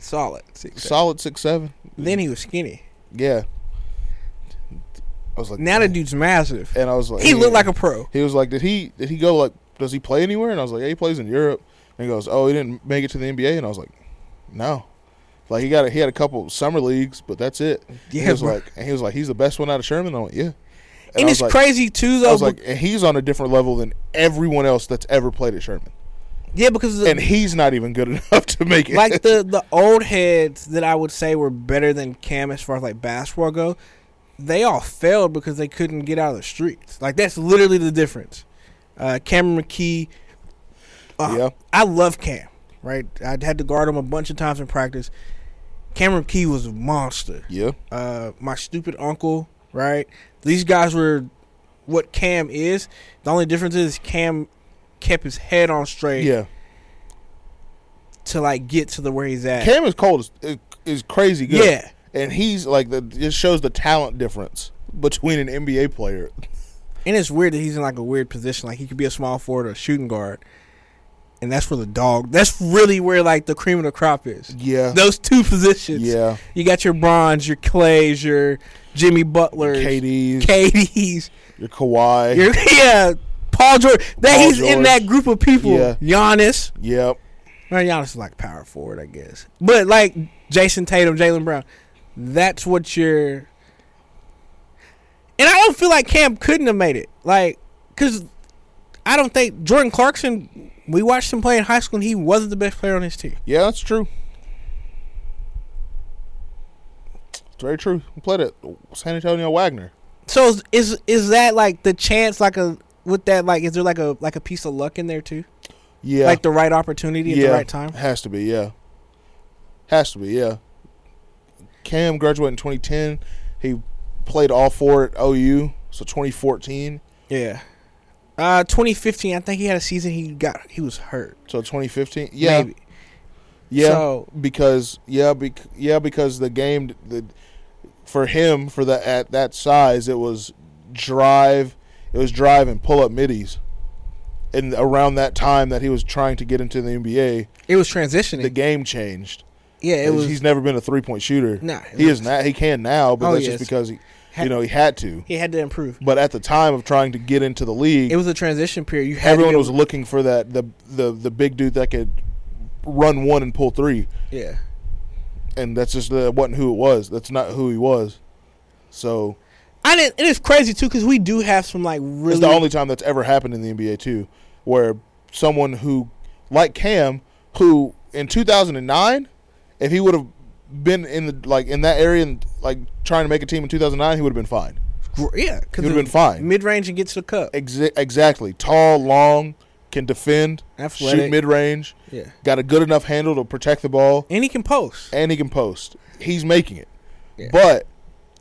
Solid. Six,
solid six seven.
Then he was skinny.
Yeah. I was like,
Now the
"Damn."
dude's massive.
and I was like,
He looked
"Yeah."
like a pro.
He was like, did he did he go like does he play anywhere? And I was like, yeah, he plays in Europe. And he goes, oh, he didn't make it to the NBA. And I was like, no, like he got a, he had a couple summer leagues, but that's it. And
Yeah,
he was
bro.
like, and he was like, he's the best one out of Sherman. I went, yeah.
and,
I was
it's
like-
crazy too, though.
I was
be-
like, and he's on a different level than everyone else that's ever played at Sherman,
yeah, because the-
and he's not even good enough to make it.
like the the old heads that I would say were better than Cam as far as like basketball go, they all failed because they couldn't get out of the streets. Like that's literally the difference. Uh, Cameron McKee, uh,
Yeah.
I love Cam. Right, I had to guard him a bunch of times in practice. Cameron McKee was a monster.
yeah,
Uh, my stupid uncle. Right, these guys were what Cam is. The only difference is Cam kept his head on straight
yeah.
to like get to the where he's at.
Cam is cold is, is crazy good.
yeah.
and he's like the it shows the talent difference between an NBA player.
And it's weird that he's in like a weird position. Like he could be a small forward or a shooting guard. And that's where the dog that's really where like the cream of the crop is.
Yeah,
Those two positions.
yeah.
You got your bronze, your clays, your Jimmy Butler,
KD's,
KD's,
your Kawhi.
your yeah, Paul George. That
Paul
he's in
George.
that group of people.
Yeah.
Giannis.
yep.
Well, Giannis is like power forward, I guess. But like Jason Tatum, Jalen Brown, that's what you're. And I don't feel like Cam couldn't have made it, like, because I don't think Jordan Clarkson. We watched him play in high school, and he wasn't the best player on his team.
Yeah, that's true. It's very true. We played at San Antonio Wagner.
So is, is is that like the chance, like a with that, like, is there like a like a piece of luck in there too,
Yeah,
like the right opportunity at
yeah.
the right time?
Has to be. Yeah, has to be. Yeah. Cam graduated in 2010. He played all four at OU. So 2014.
Yeah. Uh, 2015, I think he had a season he got he was hurt.
So 2015. Yeah.
Maybe.
Yeah.
So-
because yeah, bec- yeah, because the game the for him for that at that size it was drive, it was drive and pull up middies, and around that time that he was trying to get into the NBA,
It was transitioning.
the game changed.
yeah, it was.
he's never been a three point shooter.
Nah,
he is now. He can now, but
Oh,
that's
yes.
just because he,
Ha-
you know, he had to.
He had to improve.
But at the time of trying to get into the league,
It was a transition period. You had
everyone
to
was looking for that the the the big dude that could run one and pull three.
yeah.
and that's just that wasn't who it was. That's not who he was. So
I didn't. It is crazy too because we do have some like really.
it's the only time that's ever happened in the NBA too, where someone who like Cam, who in 2009, if he would have been in the like in that area and like trying to make a team in 2009, he would have been fine.
gr- yeah,
He
because
would have been fine.
mid range and gets the cup.
Exa- exactly. Tall, long, can defend,
Athletic.
shoot mid range,
Yeah,
got a good enough handle to protect the ball.
and he can post.
and he can post. He's making it.
Yeah.
But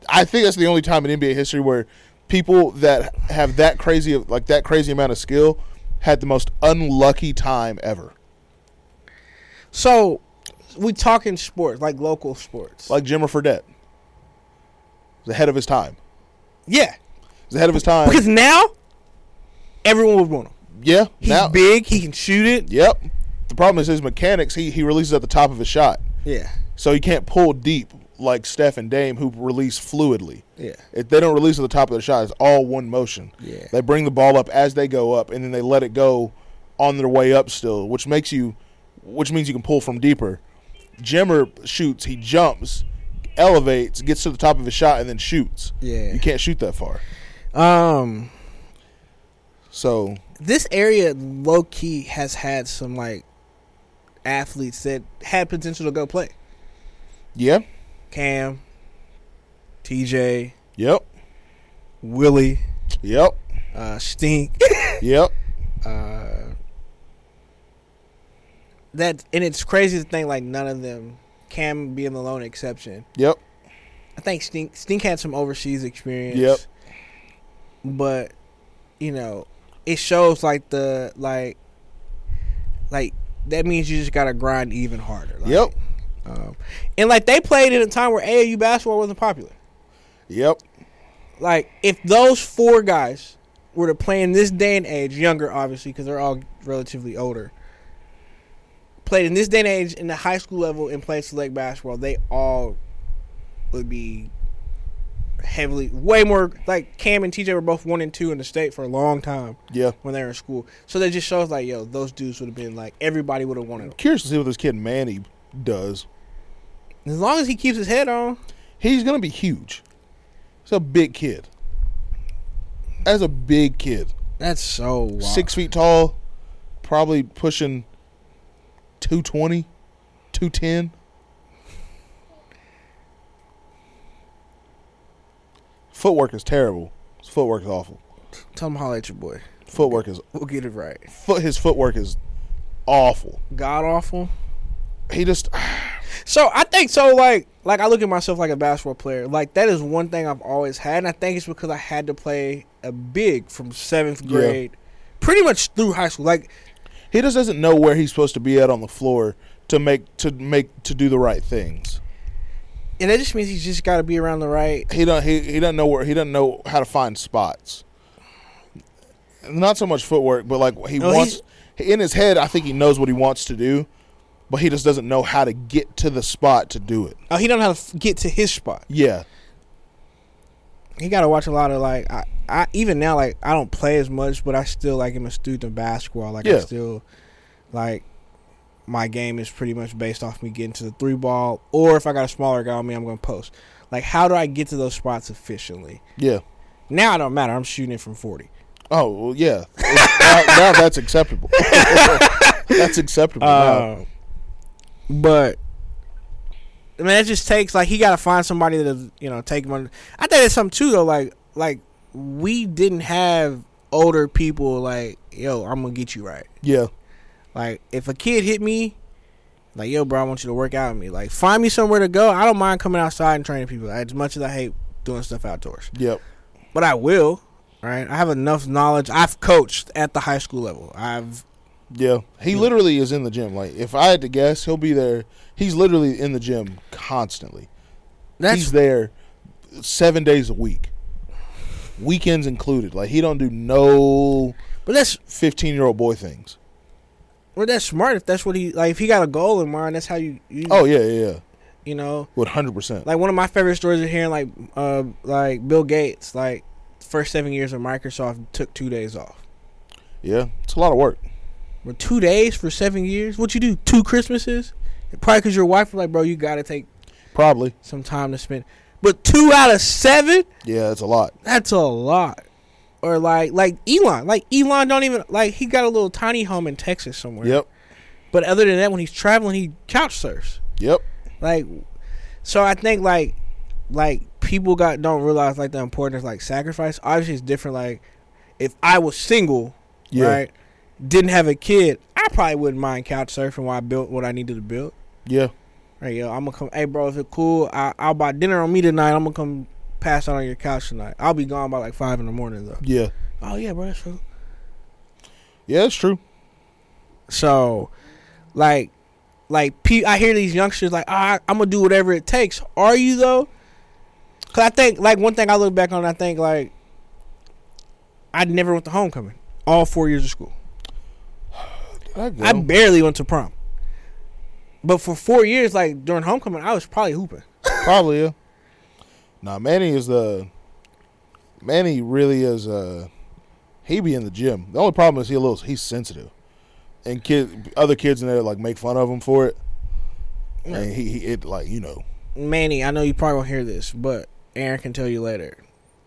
I think that's the only time in NBA history where people that have that crazy of like that crazy amount of skill had the most unlucky time ever.
So we talking sports like local sports.
Like Jimmer Fredette. He's ahead of his time.
yeah,
He's ahead of his time.
because now everyone would want him.
yeah.
He's
now,
big. He can shoot it.
Yep. The problem is his mechanics, he, he releases at the top of his shot.
Yeah,
So he can't pull deep like Steph and Dame who release fluidly.
yeah,
If they don't release at the top of their shot, it's all one motion.
yeah.
They bring the ball up as they go up, and then they let it go on their way up still, which makes you, which means you can pull from deeper. Jimmer shoots, he jumps, elevates, gets to the top of his shot, and then shoots.
Yeah.
You can't shoot that far.
Um,
So
this area low key has had some like athletes that had potential to go play.
yeah,
Cam, TJ,
yep,
Willie,
yep,
uh, Stink.
yep,
Uh, that and it's crazy to think like none of them Cam being the lone exception.
Yep.
I think Stink Stink had some overseas experience.
Yep.
But you know, it shows like the like like that means you just gotta grind even harder. Like,
Yep.
Um, and like they played in a time where AAU basketball wasn't popular.
Yep.
Like if those four guys were to play in this day and age, younger obviously because they're all relatively older, played in this day and age in the high school level and played select basketball, they all would be heavily way more like Cam and TJ were both one and two in the state for a long time
Yeah.
when they were in school. So that just shows like yo, those dudes would have been like everybody would have wanted them.
Curious to see what this kid Manny does.
As long as he keeps his head on,
He's gonna be huge. He's a big kid. As a big kid,
that's so wild.
six feet tall, probably pushing 220, 210. Footwork is terrible. His footwork is awful.
Tell him holler at your boy.
Footwork is
We'll get it right.
foot. His footwork is awful.
God awful.
He just
So I think so. Like like I look at myself like a basketball player. Like that is one thing I've always had, and I think it's because I had to play a big from seventh
Yeah.
grade, pretty much through high school. Like
he just doesn't know where he's supposed to be at on the floor to make to make to do the right things.
and that just means he's just got to be around the right.
he don't he, he doesn't know where he doesn't know how to find spots. Not so much footwork, but like he
No,
wants in his head. I think he knows what he wants to do, but he just doesn't know how to get to the spot to do it.
Oh, he don't know how to f- get to his spot.
Yeah,
He got to watch a lot of like I, I even now like I don't play as much, but I still like am a student of basketball. Like I
Yeah.
still like. My game is pretty much based off me getting to the three ball, or if I got a smaller guy on me, I'm going to post. Like, how do I get to those spots efficiently?
yeah.
Now it don't matter. I'm shooting it from 40.
Oh well, yeah. now, now that's acceptable. that's acceptable. now.
Um, but I mean, it just takes like he got to find somebody to you know take him. Under. I think it's something too though. Like like we didn't have older people like yo, I'm gonna get you right.
Yeah,
Like if a kid hit me, like yo, bro, I want you to work out with me. Like find me somewhere to go. I don't mind coming outside and training people as much as I hate doing stuff outdoors.
yep.
but I will. Right, I have enough knowledge. I've coached at the high school level. I've
Yeah, he literally is in the gym. Like, if I had to guess, he'll be there. He's literally in the gym constantly.
that's
he's there seven days a week, weekends included. Like he don't do no
but that's
fifteen year old boy things.
well that's smart if that's what he like if he got a goal in mind that's how you, you
Oh yeah, yeah, yeah.
you know
one hundred percent.
like one of my favorite stories is hearing like uh like Bill Gates like first seven years of Microsoft took two days off.
Yeah, it's a lot of work.
But two days for seven years, what you do? Two Christmases? Probably because your wife was like, bro, you got to take
Probably.
some time to spend. But two out of seven,
Yeah, it's a lot.
that's a lot. Or like like Elon, like Elon don't even like he got a little tiny home in Texas somewhere.
Yep,
But other than that, when he's traveling, he couch surfs.
yep.
Like, so I think like, like people got don't realize like the importance of, like sacrifice. Obviously, it's different. Like, if I was single,
Yeah,
right, didn't have a kid, I probably wouldn't mind couch surfing while I built what I needed to build.
yeah,
Right, yo, I'm gonna come. Hey, bro, if it's cool, I, I'll buy dinner on me tonight. I'm gonna come pass out on your couch tonight. I'll be gone by like five in the morning though.
yeah,
Oh yeah, bro, that's true.
yeah. It's true.
So, like, like pe- I hear these youngsters like, ah, I'm gonna do whatever it takes. Are you though? Cause I think like one thing I look back on, I think like I never went to homecoming all four years of school.
I go.
I barely went to prom. But for four years, like during homecoming, I was probably hooping.
Probably. Yeah. Nah, Manny is the. Manny really is. Uh, he be in the gym. The only problem is he a little. He's sensitive, and kid other kids in there like make fun of him for it. And he, he it like you know
Manny, I know you probably won't hear this, but Aaron can tell you later.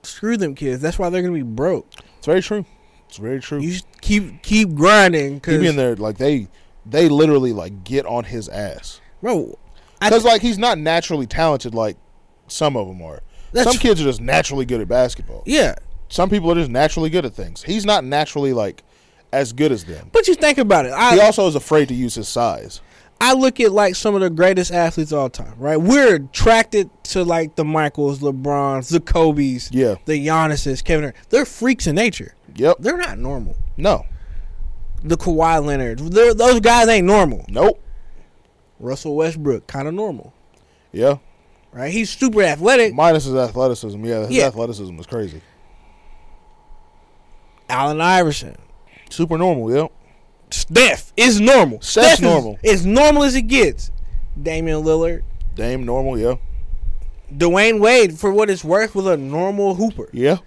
Screw them kids. That's why they're gonna be broke.
It's very true. It's very true.
You should keep keep grinding,
He
cause
be in there like they they literally like get on his ass
bro. I
because like he's not naturally talented like some of them are.
That's
some kids are just naturally good at basketball.
yeah,
Some people are just naturally good at things. He's not naturally like as good as them.
but you think about it. I,
He also is afraid to use his size.
I look at like some of the greatest athletes of all time, right? We're attracted to like the Michaels, LeBrons, the Kobe's,
Yeah.
the Giannis's, Kevin. Durant. They're freaks in nature.
Yep.
They're not normal.
No.
The Kawhi Leonard, they're, those guys ain't normal.
Nope.
Russell Westbrook, kind of normal,
Yeah.
right? He's super athletic.
Minus his athleticism. Yeah. His
Yeah.
athleticism is crazy.
Allen Iverson,
Super normal. Yep.
Steph is normal.
Steph's
Steph is
normal.
as normal as it gets. Damian Lillard,
Dame normal. Yeah.
Dwayne Wade, for what it's worth, was a normal hooper.
Yeah.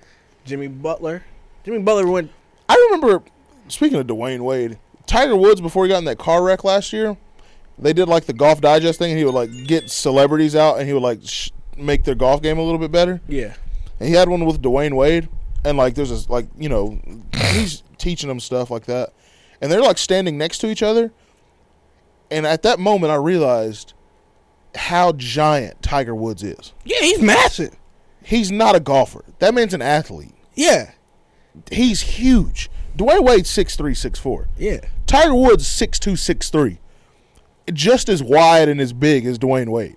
Jimmy Butler, Jimmy Butler went
I remember speaking of Dwayne Wade, Tiger Woods before he got in that car wreck last year, they did like the golf digest thing and he would like get celebrities out and he would like sh- make their golf game a little bit better.
yeah.
And he had one with Dwayne Wade and like there's this like, you know, he's teaching them stuff like that. And they're like standing next to each other. And at that moment I realized how giant Tiger Woods is.
Yeah, he's massive.
He's not a golfer. That man's an athlete.
Yeah,
He's huge. Dwayne Wade's six three, six four.
yeah,
Tiger Woods six two six three, just as wide and as big as Dwayne Wade.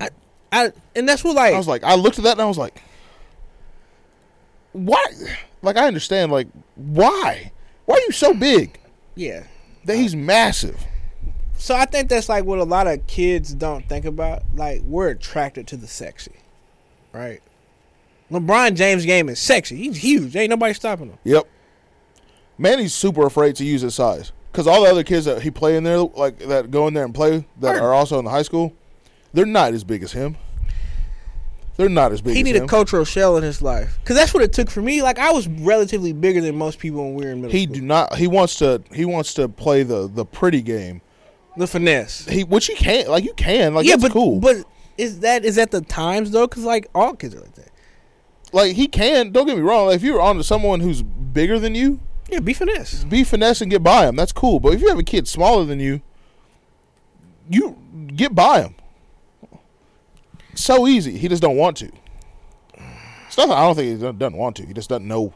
I, I, and that's what like,
I was like, I looked at that and I was like, why? Like I understand, like why? Why are you so big?
yeah.
That he's massive.
So I think that's like what a lot of kids don't think about. Like we're attracted to the sexy, right? LeBron James' game is sexy. He's huge. Ain't nobody stopping him.
Yep. Manny's super afraid to use his size because all the other kids that he play in there, like that go in there and play that
Are-
are also in the high school, they're not as big as him. They're not as big.
He
as
need
him.
a cultural shell in his life, cause that's what it took for me. Like I was relatively bigger than most people when we were in middle
he
school.
do not. He wants to. He wants to play the the pretty game.
the finesse.
He, which you can, like you can, like
yeah,
that's
but
cool. But
but is that is that the times though? Cause like all kids are like that.
like he can. Don't get me wrong. Like, if you're on to someone who's bigger than you,
Yeah, be finesse.
be finesse and get by him. That's cool. But if you have a kid smaller than you, you get by him. So easy. He just don't want to. It's nothing. I don't think he don't- doesn't want to. He just doesn't know.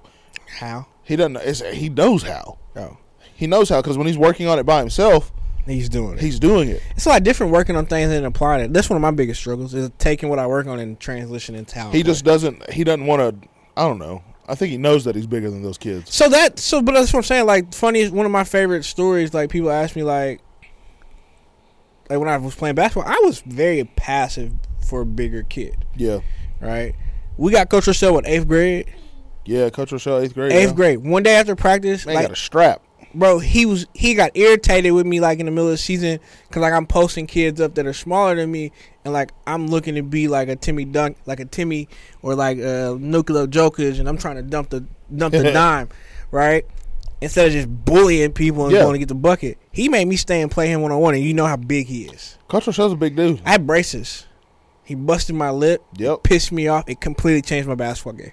How?
He doesn't. It's, he knows how.
Oh,
He knows how because when he's working on it by himself,
he's doing it.
he's doing it.
It's a lot different working on things and applying it. That's one of my biggest struggles is taking what I work on and transitioning to how
He
I
just
play.
doesn't. He doesn't want to. I don't know. I think he knows that he's bigger than those kids.
so that so but that's what I'm saying. Like funny one of my favorite stories. Like people ask me like like when I was playing basketball, I was very passive for a bigger kid.
Yeah.
Right, we got Coach Rochelle in eighth grade.
Yeah, Coach Rochelle, eighth grade.
Eighth
yeah.
grade, one day after practice,
Man
like
got a strap.
bro, he was he got irritated with me like in the middle of the season because like I'm posting kids up that are smaller than me and like I'm looking to be like a Timmy Dunk, like a Timmy or like a Nikola Jokic, and I'm trying to dump the dump the dime, right? Instead of just bullying people and
Yeah.
going to get the bucket, he made me stay and play him one on one, and you know how big he is.
Coach Rochelle's a big dude.
I had braces. He busted my lip,
Yep.
pissed me off. It completely changed my basketball game.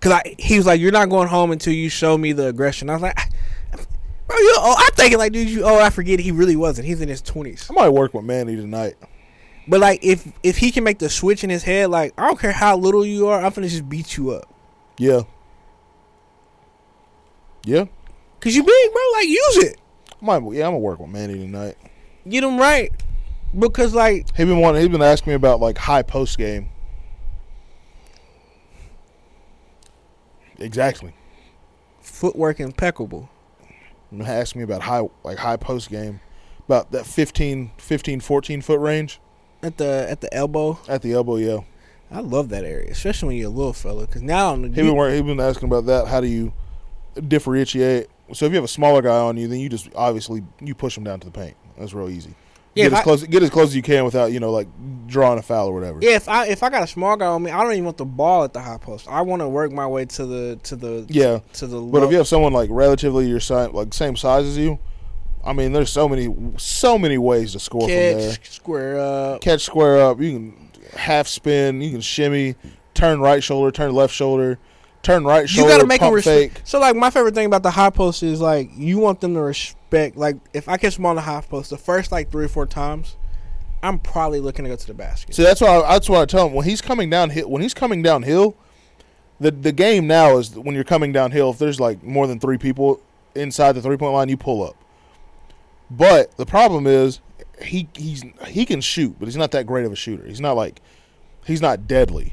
Cause I, he was like, "You're not going home until you show me the aggression." I was like, "Bro, you oh, I'm thinking like, dude, you oh, I forget he really wasn't. He's in his 20s.
I might work with Manny tonight.
But like, if if he can make the switch in his head, like, I don't care how little you are, I'm gonna just beat you up.
Yeah. Yeah.
Cause you big, bro. Like, use it.
I might yeah, I'm gonna work with Manny tonight.
Get him right. Because like,
He been wanting he's been asking me about like high post game. Exactly.
footwork impeccable.
He been asking me about high like high post game. About that 15, 15, 14 foot range
At the at the elbow,
at the elbow, yeah.
I love that area, especially when you're a little fella. Cause now I'm
He been wor- he been asking about that. How do you differentiate? So if you have a smaller guy on you, then you just obviously you push him down to the paint. That's real easy.
Yeah,
get
if
as
I-
close get as close as you can without you know like drawing a foul or whatever.
Yeah, if I if I got a small guy on me, I don't even want the ball at the high post. I want to work my way to the to the
Yeah.
to the.
But
low-
if you have someone like relatively your size, like same size as you, I mean, there's so many so many ways to score from there.
catch square up,
Catch square up. You can half spin. You can shimmy. Turn right shoulder. Turn left shoulder. Turn right
you
shoulder.
got to make them
pump
respect.
fake.
So like my favorite thing about the high post is like you want them to respect. Like if I catch them on the high post, the first like three or four times, I'm probably looking to go to the basket.
See, that's why I, that's why I tell him when he's coming down hill. When he's coming downhill, the the game now is when you're coming downhill. If there's like more than three people inside the three point line, you pull up. But the problem is he he's he can shoot, but he's not that great of a shooter. He's not like he's not deadly.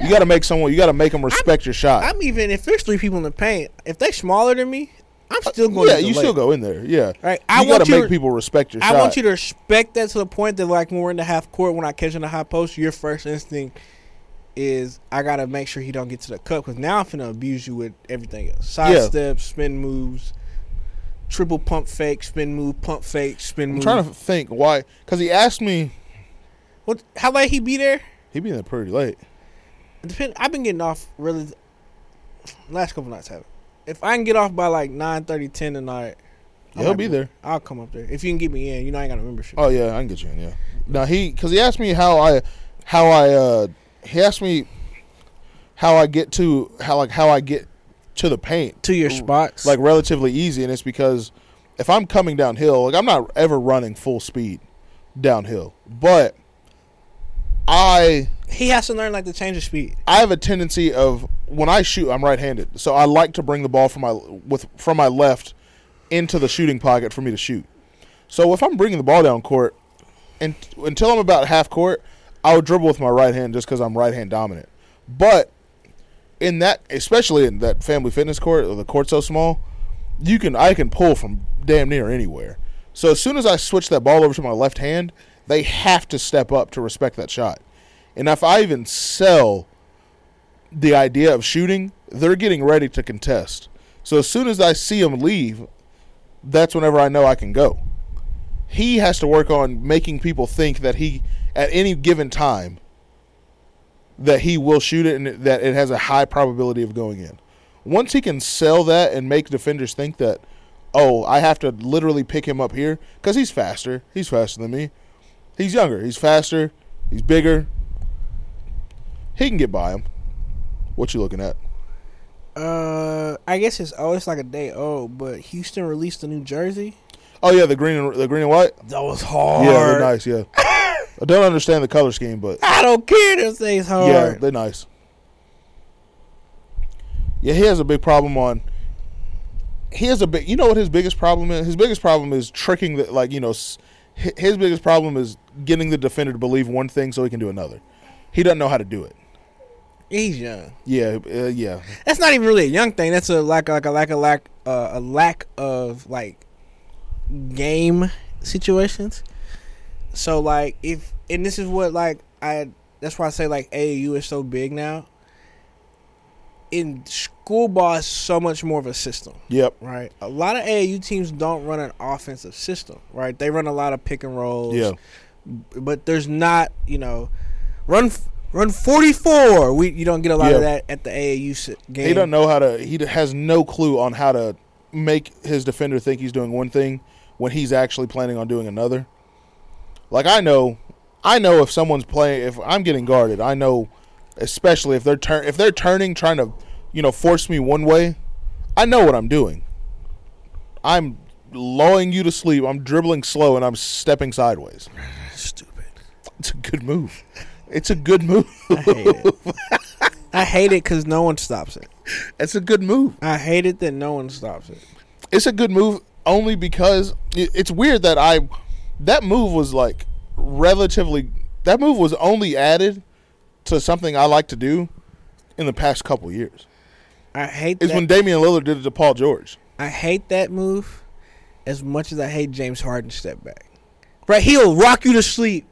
You got to make someone. You got to make them respect your shot.
I'm even if there's three people in the paint, if they smaller than me, I'm still going.
Uh, yeah,
to the
you
lane.
still go in there. Yeah,
Right, I
I you got
want
to
you.
make people respect your
I
shot.
want you to respect that to the point that, like, when we're in the half court, when I catch in the high post, your first instinct is I gotta make sure he don't get to the cup because now I'm finna abuse you with everything else: side
Yeah.
steps, spin moves, triple pump fake, spin move, pump fake, spin
I'm
move.
trying to think why, because he asked me.
What? How late he be there?
He been there pretty late.
It depend. I've been getting off really. Last couple nights have. If I can get off by like 9, 10 tonight, I
Yeah, he'll
might
be there.
I'll come up there. If you can get me in, you know I ain't got a membership.
Oh yeah, I can get you in. Yeah. Now he, because he asked me how I, how I, uh he asked me how I get to how like how I get to the paint
to your spots,
like relatively easy, and it's because if I'm coming downhill, like I'm not ever running full speed downhill, but I
he has to learn like to change of speed.
I have a tendency of when I shoot, I'm right-handed, so I like to bring the ball from my with from my left into the shooting pocket for me to shoot. So if I'm bringing the ball down court, and until I'm about half court, I would dribble with my right hand just because I'm right hand dominant. But in that, especially in that family fitness court, or the court's so small, you can I can pull from damn near anywhere. So as soon as I switch that ball over to my left hand, they have to step up to respect that shot. And if I even sell the idea of shooting, they're getting ready to contest. So as soon as I see him leave, that's whenever I know I can go. He has to work on making people think that he, at any given time, that he will shoot it and that it has a high probability of going in. Once he can sell that and make defenders think that, oh, I have to literally pick him up here because he's faster. He's faster than me. He's younger. He's faster. He's bigger. He can get by him. What you looking at?
Uh, I guess it's oh, it's like a day old, but Houston released the new jersey.
Oh yeah, the green and the green and white.
That was hard.
Yeah, they're nice. Yeah, I don't understand the color scheme, but
I don't care. Them things hard.
yeah, they're nice. Yeah, he has a big problem on. He has a big. You know what his biggest problem is? His biggest problem is tricking the like. You know, s- hi- his biggest problem is getting the defender to believe one thing so he can do another. He doesn't know how to do it.
He's young.
Yeah, uh, yeah.
That's not even really a young thing. That's a lack, like a lack, a lack, uh, a lack of like game situations. So like if and this is what like I that's why I say like AAU is so big now. In school ball is so much more of a system.
Yep.
right? A lot of AAU teams don't run an offensive system, right? They run a lot of pick and rolls.
Yeah.
But there's not, you know, run run 44. We you don't get a lot of
Yeah.
that at the AAU s- game.
He doesn't know how to. He has no clue on how to make his defender think he's doing one thing when he's actually planning on doing another. Like I know, I know if someone's playing, if I'm getting guarded, I know, especially if they're turn, if they're turning, trying to, you know, force me one way, I know what I'm doing. I'm lulling you to sleep. I'm dribbling slow and I'm stepping sideways.
Stupid.
It's a good move. It's a good move.
I hate it. I hate it because no one stops it.
it's a good move.
I hate it that no one stops it.
it's a good move only because it- it's weird that I that move was like relatively that move was only added to something I like to do in the past couple years.
I hate
Is
that.
when Damian Lillard did it to Paul George.
I hate that move as much as I hate James Harden step back. Right, he'll rock you to sleep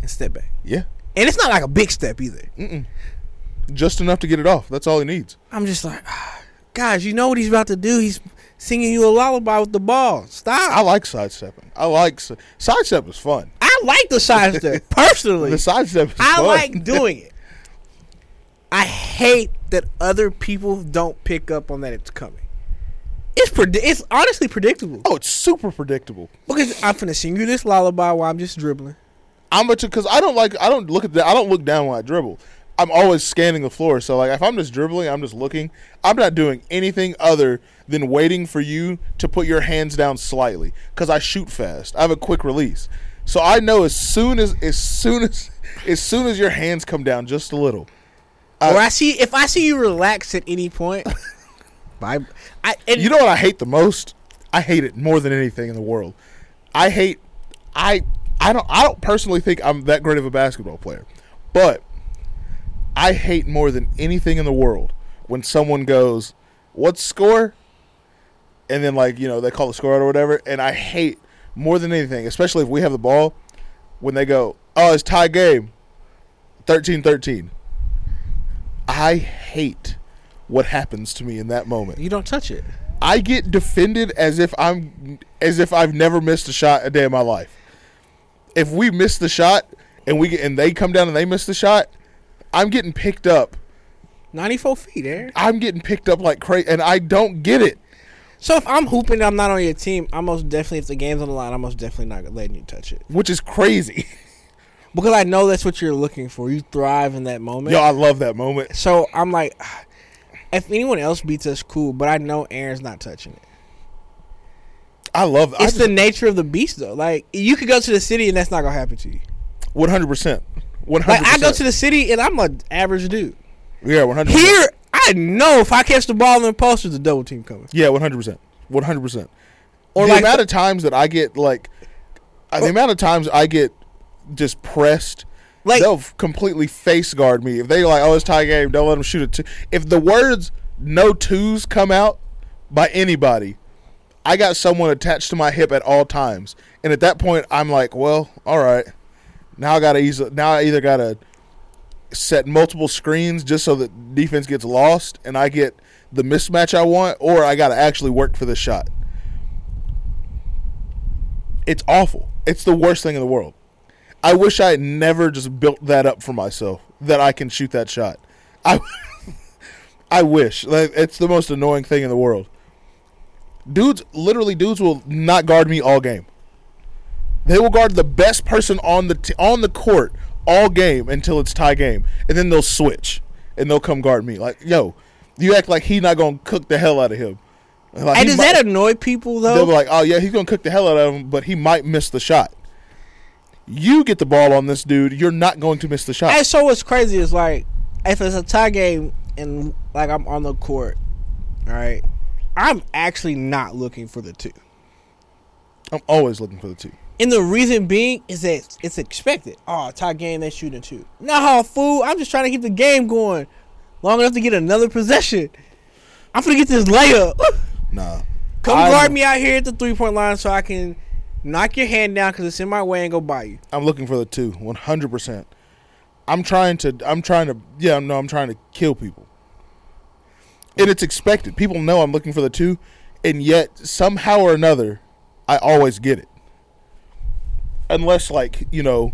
and step back.
Yeah.
And it's not like a big step either.
Just enough to get it off. That's all he needs.
I'm just like, "Ah, guys, you know what he's about to do? He's singing you a lullaby with the ball.
I
Stop.
like sidestepping. I like si- sidestep is fun.
I like the side step personally.
The sidestep is
I
fun.
like doing it. I hate that other people don't pick up on that it's coming. It's predi- It's honestly predictable
Oh, it's super predictable.
because I'm finna sing you this lullaby while I'm just dribbling.
I'm a because I don't like I don't look at that I don't look down when I dribble. I'm always scanning the floor. So like if I'm just dribbling, I'm just looking. I'm not doing anything other than waiting for you to put your hands down slightly because I shoot fast. I have a quick release, so I know as soon as as soon as as soon as your hands come down just a little. I-
or I see if I see you relax at any point. bye. I and
You know what I hate the most? I hate it more than anything in the world. I hate I I don't I don't personally think I'm that great of a basketball player. But I hate more than anything in the world when someone goes, "What score?" and then like, you know, they call the score out or whatever, and I hate more than anything, especially if we have the ball, when they go, "Oh, it's tie game." 13-13. I hate what happens to me in that moment.
You don't touch it.
I get defended as if I'm as if I've never missed a shot a day in my life. If we miss the shot and we get, and they come down and they miss the shot, I'm getting picked up.
94 feet, Aaron.
I'm getting picked up like crazy, and I don't get it.
So if I'm hooping and I'm not on your team, I most definitely, if the game's on the line, I'm most definitely not letting you touch it.
which is crazy.
Because I know that's what you're looking for. You thrive in that moment.
Yo, I love that moment.
So I'm like, "Ah, if anyone else beats us, cool. But I know Aaron's not touching it.
I love.
It's the nature of the beast, though. Like you could go to the city and that's not gonna happen to you.
one hundred percent. One
Like
hundred.
I go to the city and I'm an average dude.
yeah one hundred
Here, I know if I catch the ball in the post, there's a double team coming.
Yeah, one hundred percent. One hundred percent.
Or
Or the
like
amount
the-
of times that I get like, uh, the
Or-
amount of times I get just pressed.
Like-
they'll f- completely face guard me if they like. Oh, it's tie game. Don't let them shoot a two. If the words "no twos come out by anybody, I got someone attached to my hip at all times. And at that point, I'm like, well, all right. Now I gotta ease. Now I either gotta set multiple screens just so that defense gets lost and I get the mismatch I want, or I got to actually work for the shot. It's awful. It's the worst thing in the world. I wish I had never just built that up for myself that I can shoot that shot. I, I wish. Like, it's the most annoying thing in the world. Dudes, literally, dudes will not guard me all game. They will guard the best person on the t- on the court all game until it's tie game, and then they'll switch and they'll come guard me. Like, yo, you act like he not gonna cook the hell out of him.
And
Like, he
does
might-
that annoy people though?
They'll be like, oh yeah, he's gonna cook the hell out of him, but he might miss the shot. You get the ball on this dude, you're not going to miss the shot.
And so what's crazy is like if it's a tie game and like I'm on the court, all right, I'm actually not looking for the two.
I'm always looking for the two.
And the reason being is that it's expected. Oh, tie game, they shooting two. Nah, fool, I'm just trying to keep the game going long enough to get another possession. I'm gonna get this layup.
Nah.
Come
I'm-
guard me out here at the three point line so I can knock your hand down because it's in my way and go by you.
I'm looking for the two, one hundred percent. I'm trying to. I'm trying to. Yeah, no, I'm trying to kill people. And it's expected. People know I'm looking for the two, and yet somehow or another, I always get it. Unless, like you know,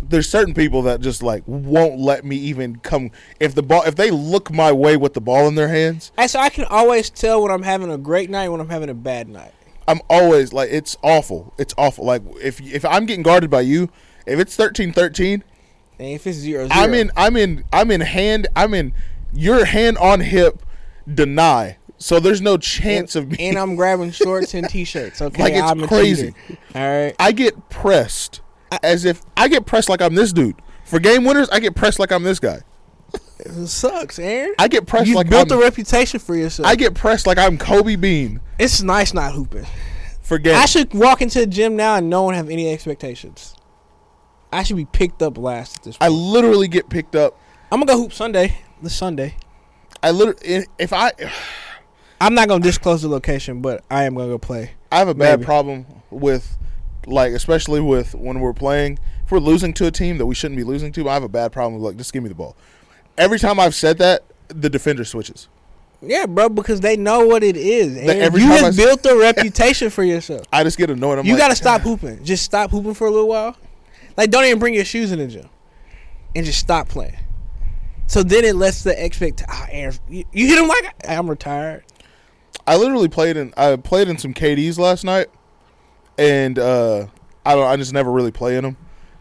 there's certain people that just like won't let me even come if the ball if they look my way with the ball in their hands.
And so I can always tell when I'm having a great night and when I'm having a bad night.
I'm always like it's awful. It's awful. Like if if I'm getting guarded by you, if it's 13-13,
And if it's zero zero,
I'm in. I'm in. I'm in hand. I'm in. Your hand on hip. Deny. So there's no chance of me.
and I'm grabbing shorts and t-shirts. Okay,
Like, it's
I'm a
crazy.
cheater. All right,
I get pressed as if I get pressed like I'm this dude. For game winners, I get pressed like I'm this guy.
it sucks, Aaron.
I get pressed
you
like
built
I'm,
a reputation for yourself.
I get pressed like I'm Kobe Bean.
it's nice not hooping.
For game.
I should walk into the gym now and no one have any expectations. I should be picked up last at this.
I
Point.
literally get picked up.
I, am gonna go hoop Sunday. This Sunday,
I literally if I
I'm not gonna disclose the location, but I am gonna go play.
I have a bad
Maybe.
problem with like especially with when we're playing if we're losing to a team that we shouldn't be losing to, I have a bad problem with like just give me the ball. Every time I've said that, the defender switches.
Yeah, bro, because they know what it is. Aaron.
every
you
time I
have
s-
built a reputation for yourself.
I just get annoyed. I'm
you
like,
gotta stop hooping. Just stop hooping for a little while. Like, don't even bring your shoes in the gym, and just stop playing. So then it lets the expect. Ah, Aaron, you, you hit him like I'm retired.
I literally played in I played in some KDs last night, and uh, I don't. I just never really play in them.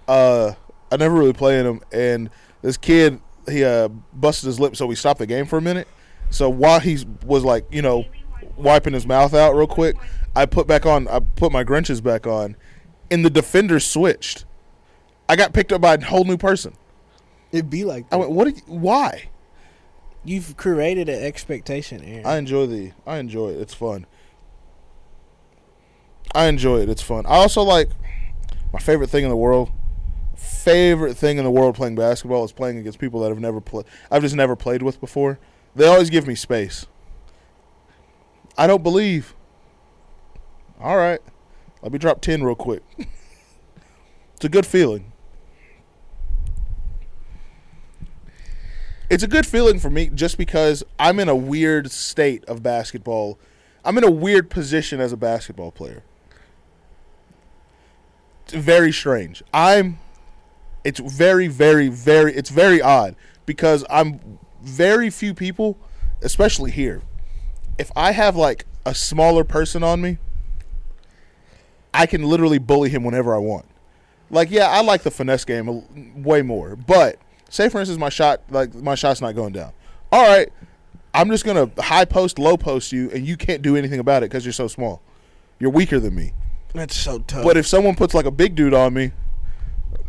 Uh, I never really play in them. And this kid, he uh, busted his lip, so we stopped the game for a minute. So while he was like, you know, wiping his mouth out real quick, I put back on. I put my Grinches back on, and the defender switched. I got picked up by a whole new person.
It'd be like
I went, what? Did you, why?
you've created an expectation, Aaron.
I enjoy the. I enjoy it. It's fun. I enjoy it. It's fun. I also like my favorite thing in the world. Favorite thing in the world playing basketball is playing against people that have never played. I've just never played with before. They always give me space. I don't believe. All right, let me drop ten real quick. it's a good feeling. It's a good feeling for me just because I'm in a weird state of basketball. I'm in a weird position as a basketball player. It's very strange. I'm it's very very very it's very odd because I'm very few people, especially here. If I have like a smaller person on me, I can literally bully him whenever I want. Like yeah, I like the finesse game a- way more, but say for instance my shot like my shot's not going down. All right, I'm just gonna high post, low post you, and you can't do anything about it because you're so small. You're weaker than me.
That's so tough.
But if someone puts like a big dude on me,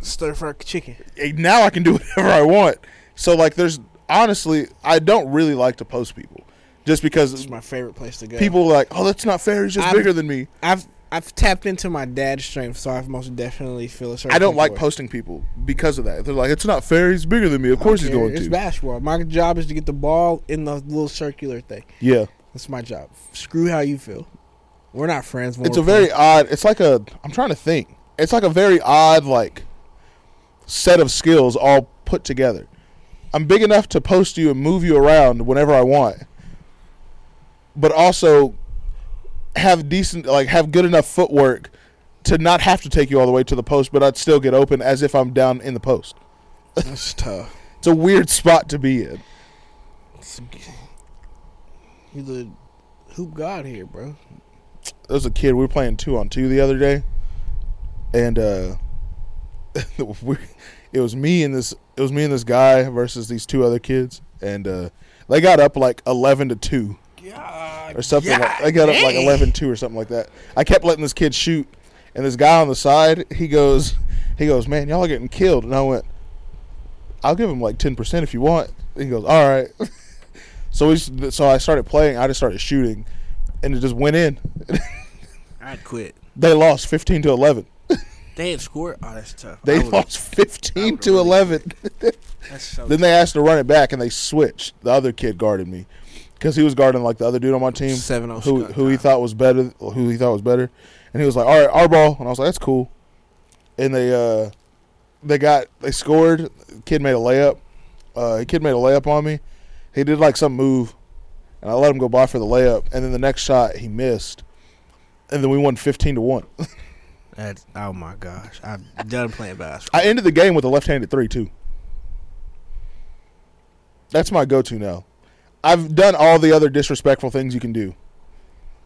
stir fried chicken.
eh, now I can do whatever I want. So like, there's honestly, I don't really like to post people, just because
It's my favorite place to go.
people are like, oh, that's not fair. He's just
I'm-
bigger than me.
I've I've tapped into my dad's strength, so I've most definitely feel a certain.
I don't like
way.
posting people because of that. They're like, it's not fair. He's bigger than me. Of
I don't
course he's
care.
going
It's
to.
basketball. My job is to get the ball in the little circular thing.
Yeah,
That's my job. Screw how you feel. We're not friends. When
it's a
we're
very odd. It's like a. I'm trying to think. It's like a very odd like set of skills all put together. I'm big enough to post you and move you around whenever I want, but also have decent like have good enough footwork to not have to take you all the way to the post, but I'd still get open as if I'm down in the post.
playing. That's tough.
It's a weird spot to be in.
It's- You the hoop god here, bro.
there was a kid we were playing two on two the other day, and uh, we, it was me and this it was me and this guy versus these two other kids, and uh, they got up like eleven to two
God.
or something. like, they got up like 11-2 or something like that. I kept letting this kid shoot, and this guy on the side he goes he goes man y'all are getting killed, and I went I'll give him like ten percent if you want. And he goes all right. so we s- so I started playing. I just started shooting, and it just went in.
I'd quit.
They lost 15 to 11.
They had scored. Oh, that's tough.
They
I would've-
lost 15
I
to
would've
11.
That's so
then they asked to run it back and they switched. The other kid guarded me cuz he was guarding like the other dude on my team
7-0
who
scut
who he
time.
thought was better who he thought was better. And he was like, "All right, our ball." And I was like, "That's cool." And they uh they got they scored. Kid made a layup. Uh the kid made a layup on me. He did like some move and I let him go by for the layup and then the next shot he missed. And then we won 15 to 1.
That's, oh my gosh, I'm done playing basketball.
I ended the game with a left-handed three too. That's my go-to now. I've done all the other disrespectful things you can do.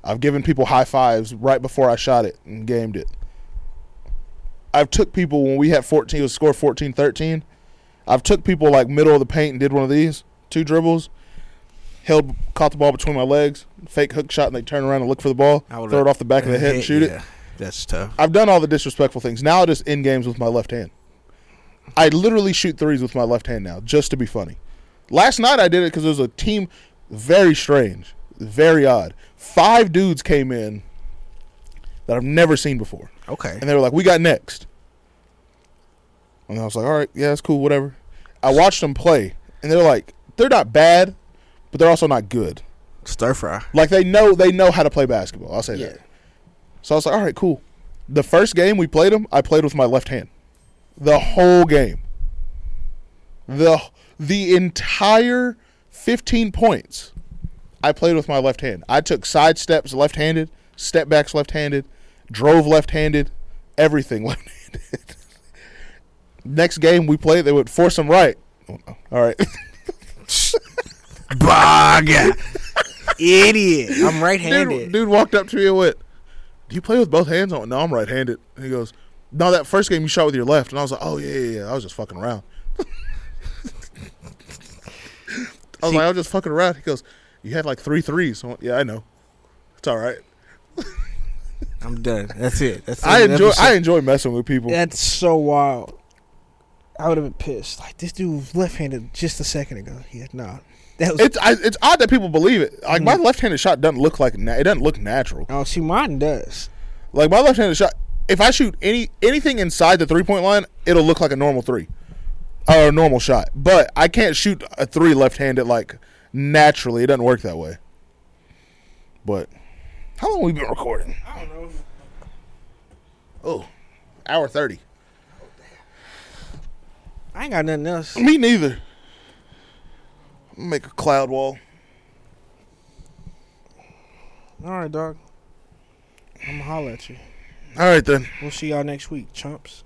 I've given people high fives right before I shot it and gamed it. I've took people when we had 14 it was score 14-13. I've took people like middle of the paint and did one of these, two dribbles, held caught the ball between my legs, fake hook shot and they turn around and look for the ball,
I would've-
throw it off the back of the head and shoot it.
Yeah, That's tough.
I've done all the disrespectful things. Now I just end games with my left hand. I literally shoot threes with my left hand now, just to be funny. Last night I did it because it was a team very strange, very odd. Five dudes came in that I've never seen before,
Okay.
and they were like, "We got next," and I was like, "All right, yeah, that's cool, whatever." I watched them play, and they're like, "They're not bad, but they're also not good.
Stir fry.
Like they know they know how to play basketball." I'll say
Yeah.
that. So I was like, all right, cool. The first game we played them, I played with my left hand. The whole game. The the entire 15 points. I played with my left hand. I took side steps left-handed, step backs left-handed, drove left-handed, everything left-handed. Next game we played, they would force them right. Oh, no. All right.
Baga. Idiot. I'm
dude,
right-handed.
dude walked up to me and went, "Do you play with both hands?" I went, "No, I'm right-handed." And he goes, "No, that first game you shot with your left." And I was like, "Oh yeah, yeah, yeah. I was just fucking around." I was like, "I was just fucking around." He goes, "You had like three threes. I went, "Yeah, I know. It's all right.
I'm done. That's it. That's
I
it.
enjoy.
That's
I enjoy messing with people.
That's so wild. I would have been pissed. Like this dude was left-handed just a second ago. Yeah, no, that was.
It's I, it's odd that people believe it. Like my left-handed shot doesn't look like na- it doesn't look natural.
oh, see, mine does.
Like my left-handed shot, if I shoot any anything inside the three-point line, it'll look like a normal three or a normal shot. But I can't shoot a three left-handed like naturally. It doesn't work that way. But how long we been recording?
I don't know.
Oh, hour thirty.
I ain't got nothing else.
Me neither. Make a cloud wall.
All right, dog. I'm gonna holler at you.
All right then.
We'll see y'all next week, chumps.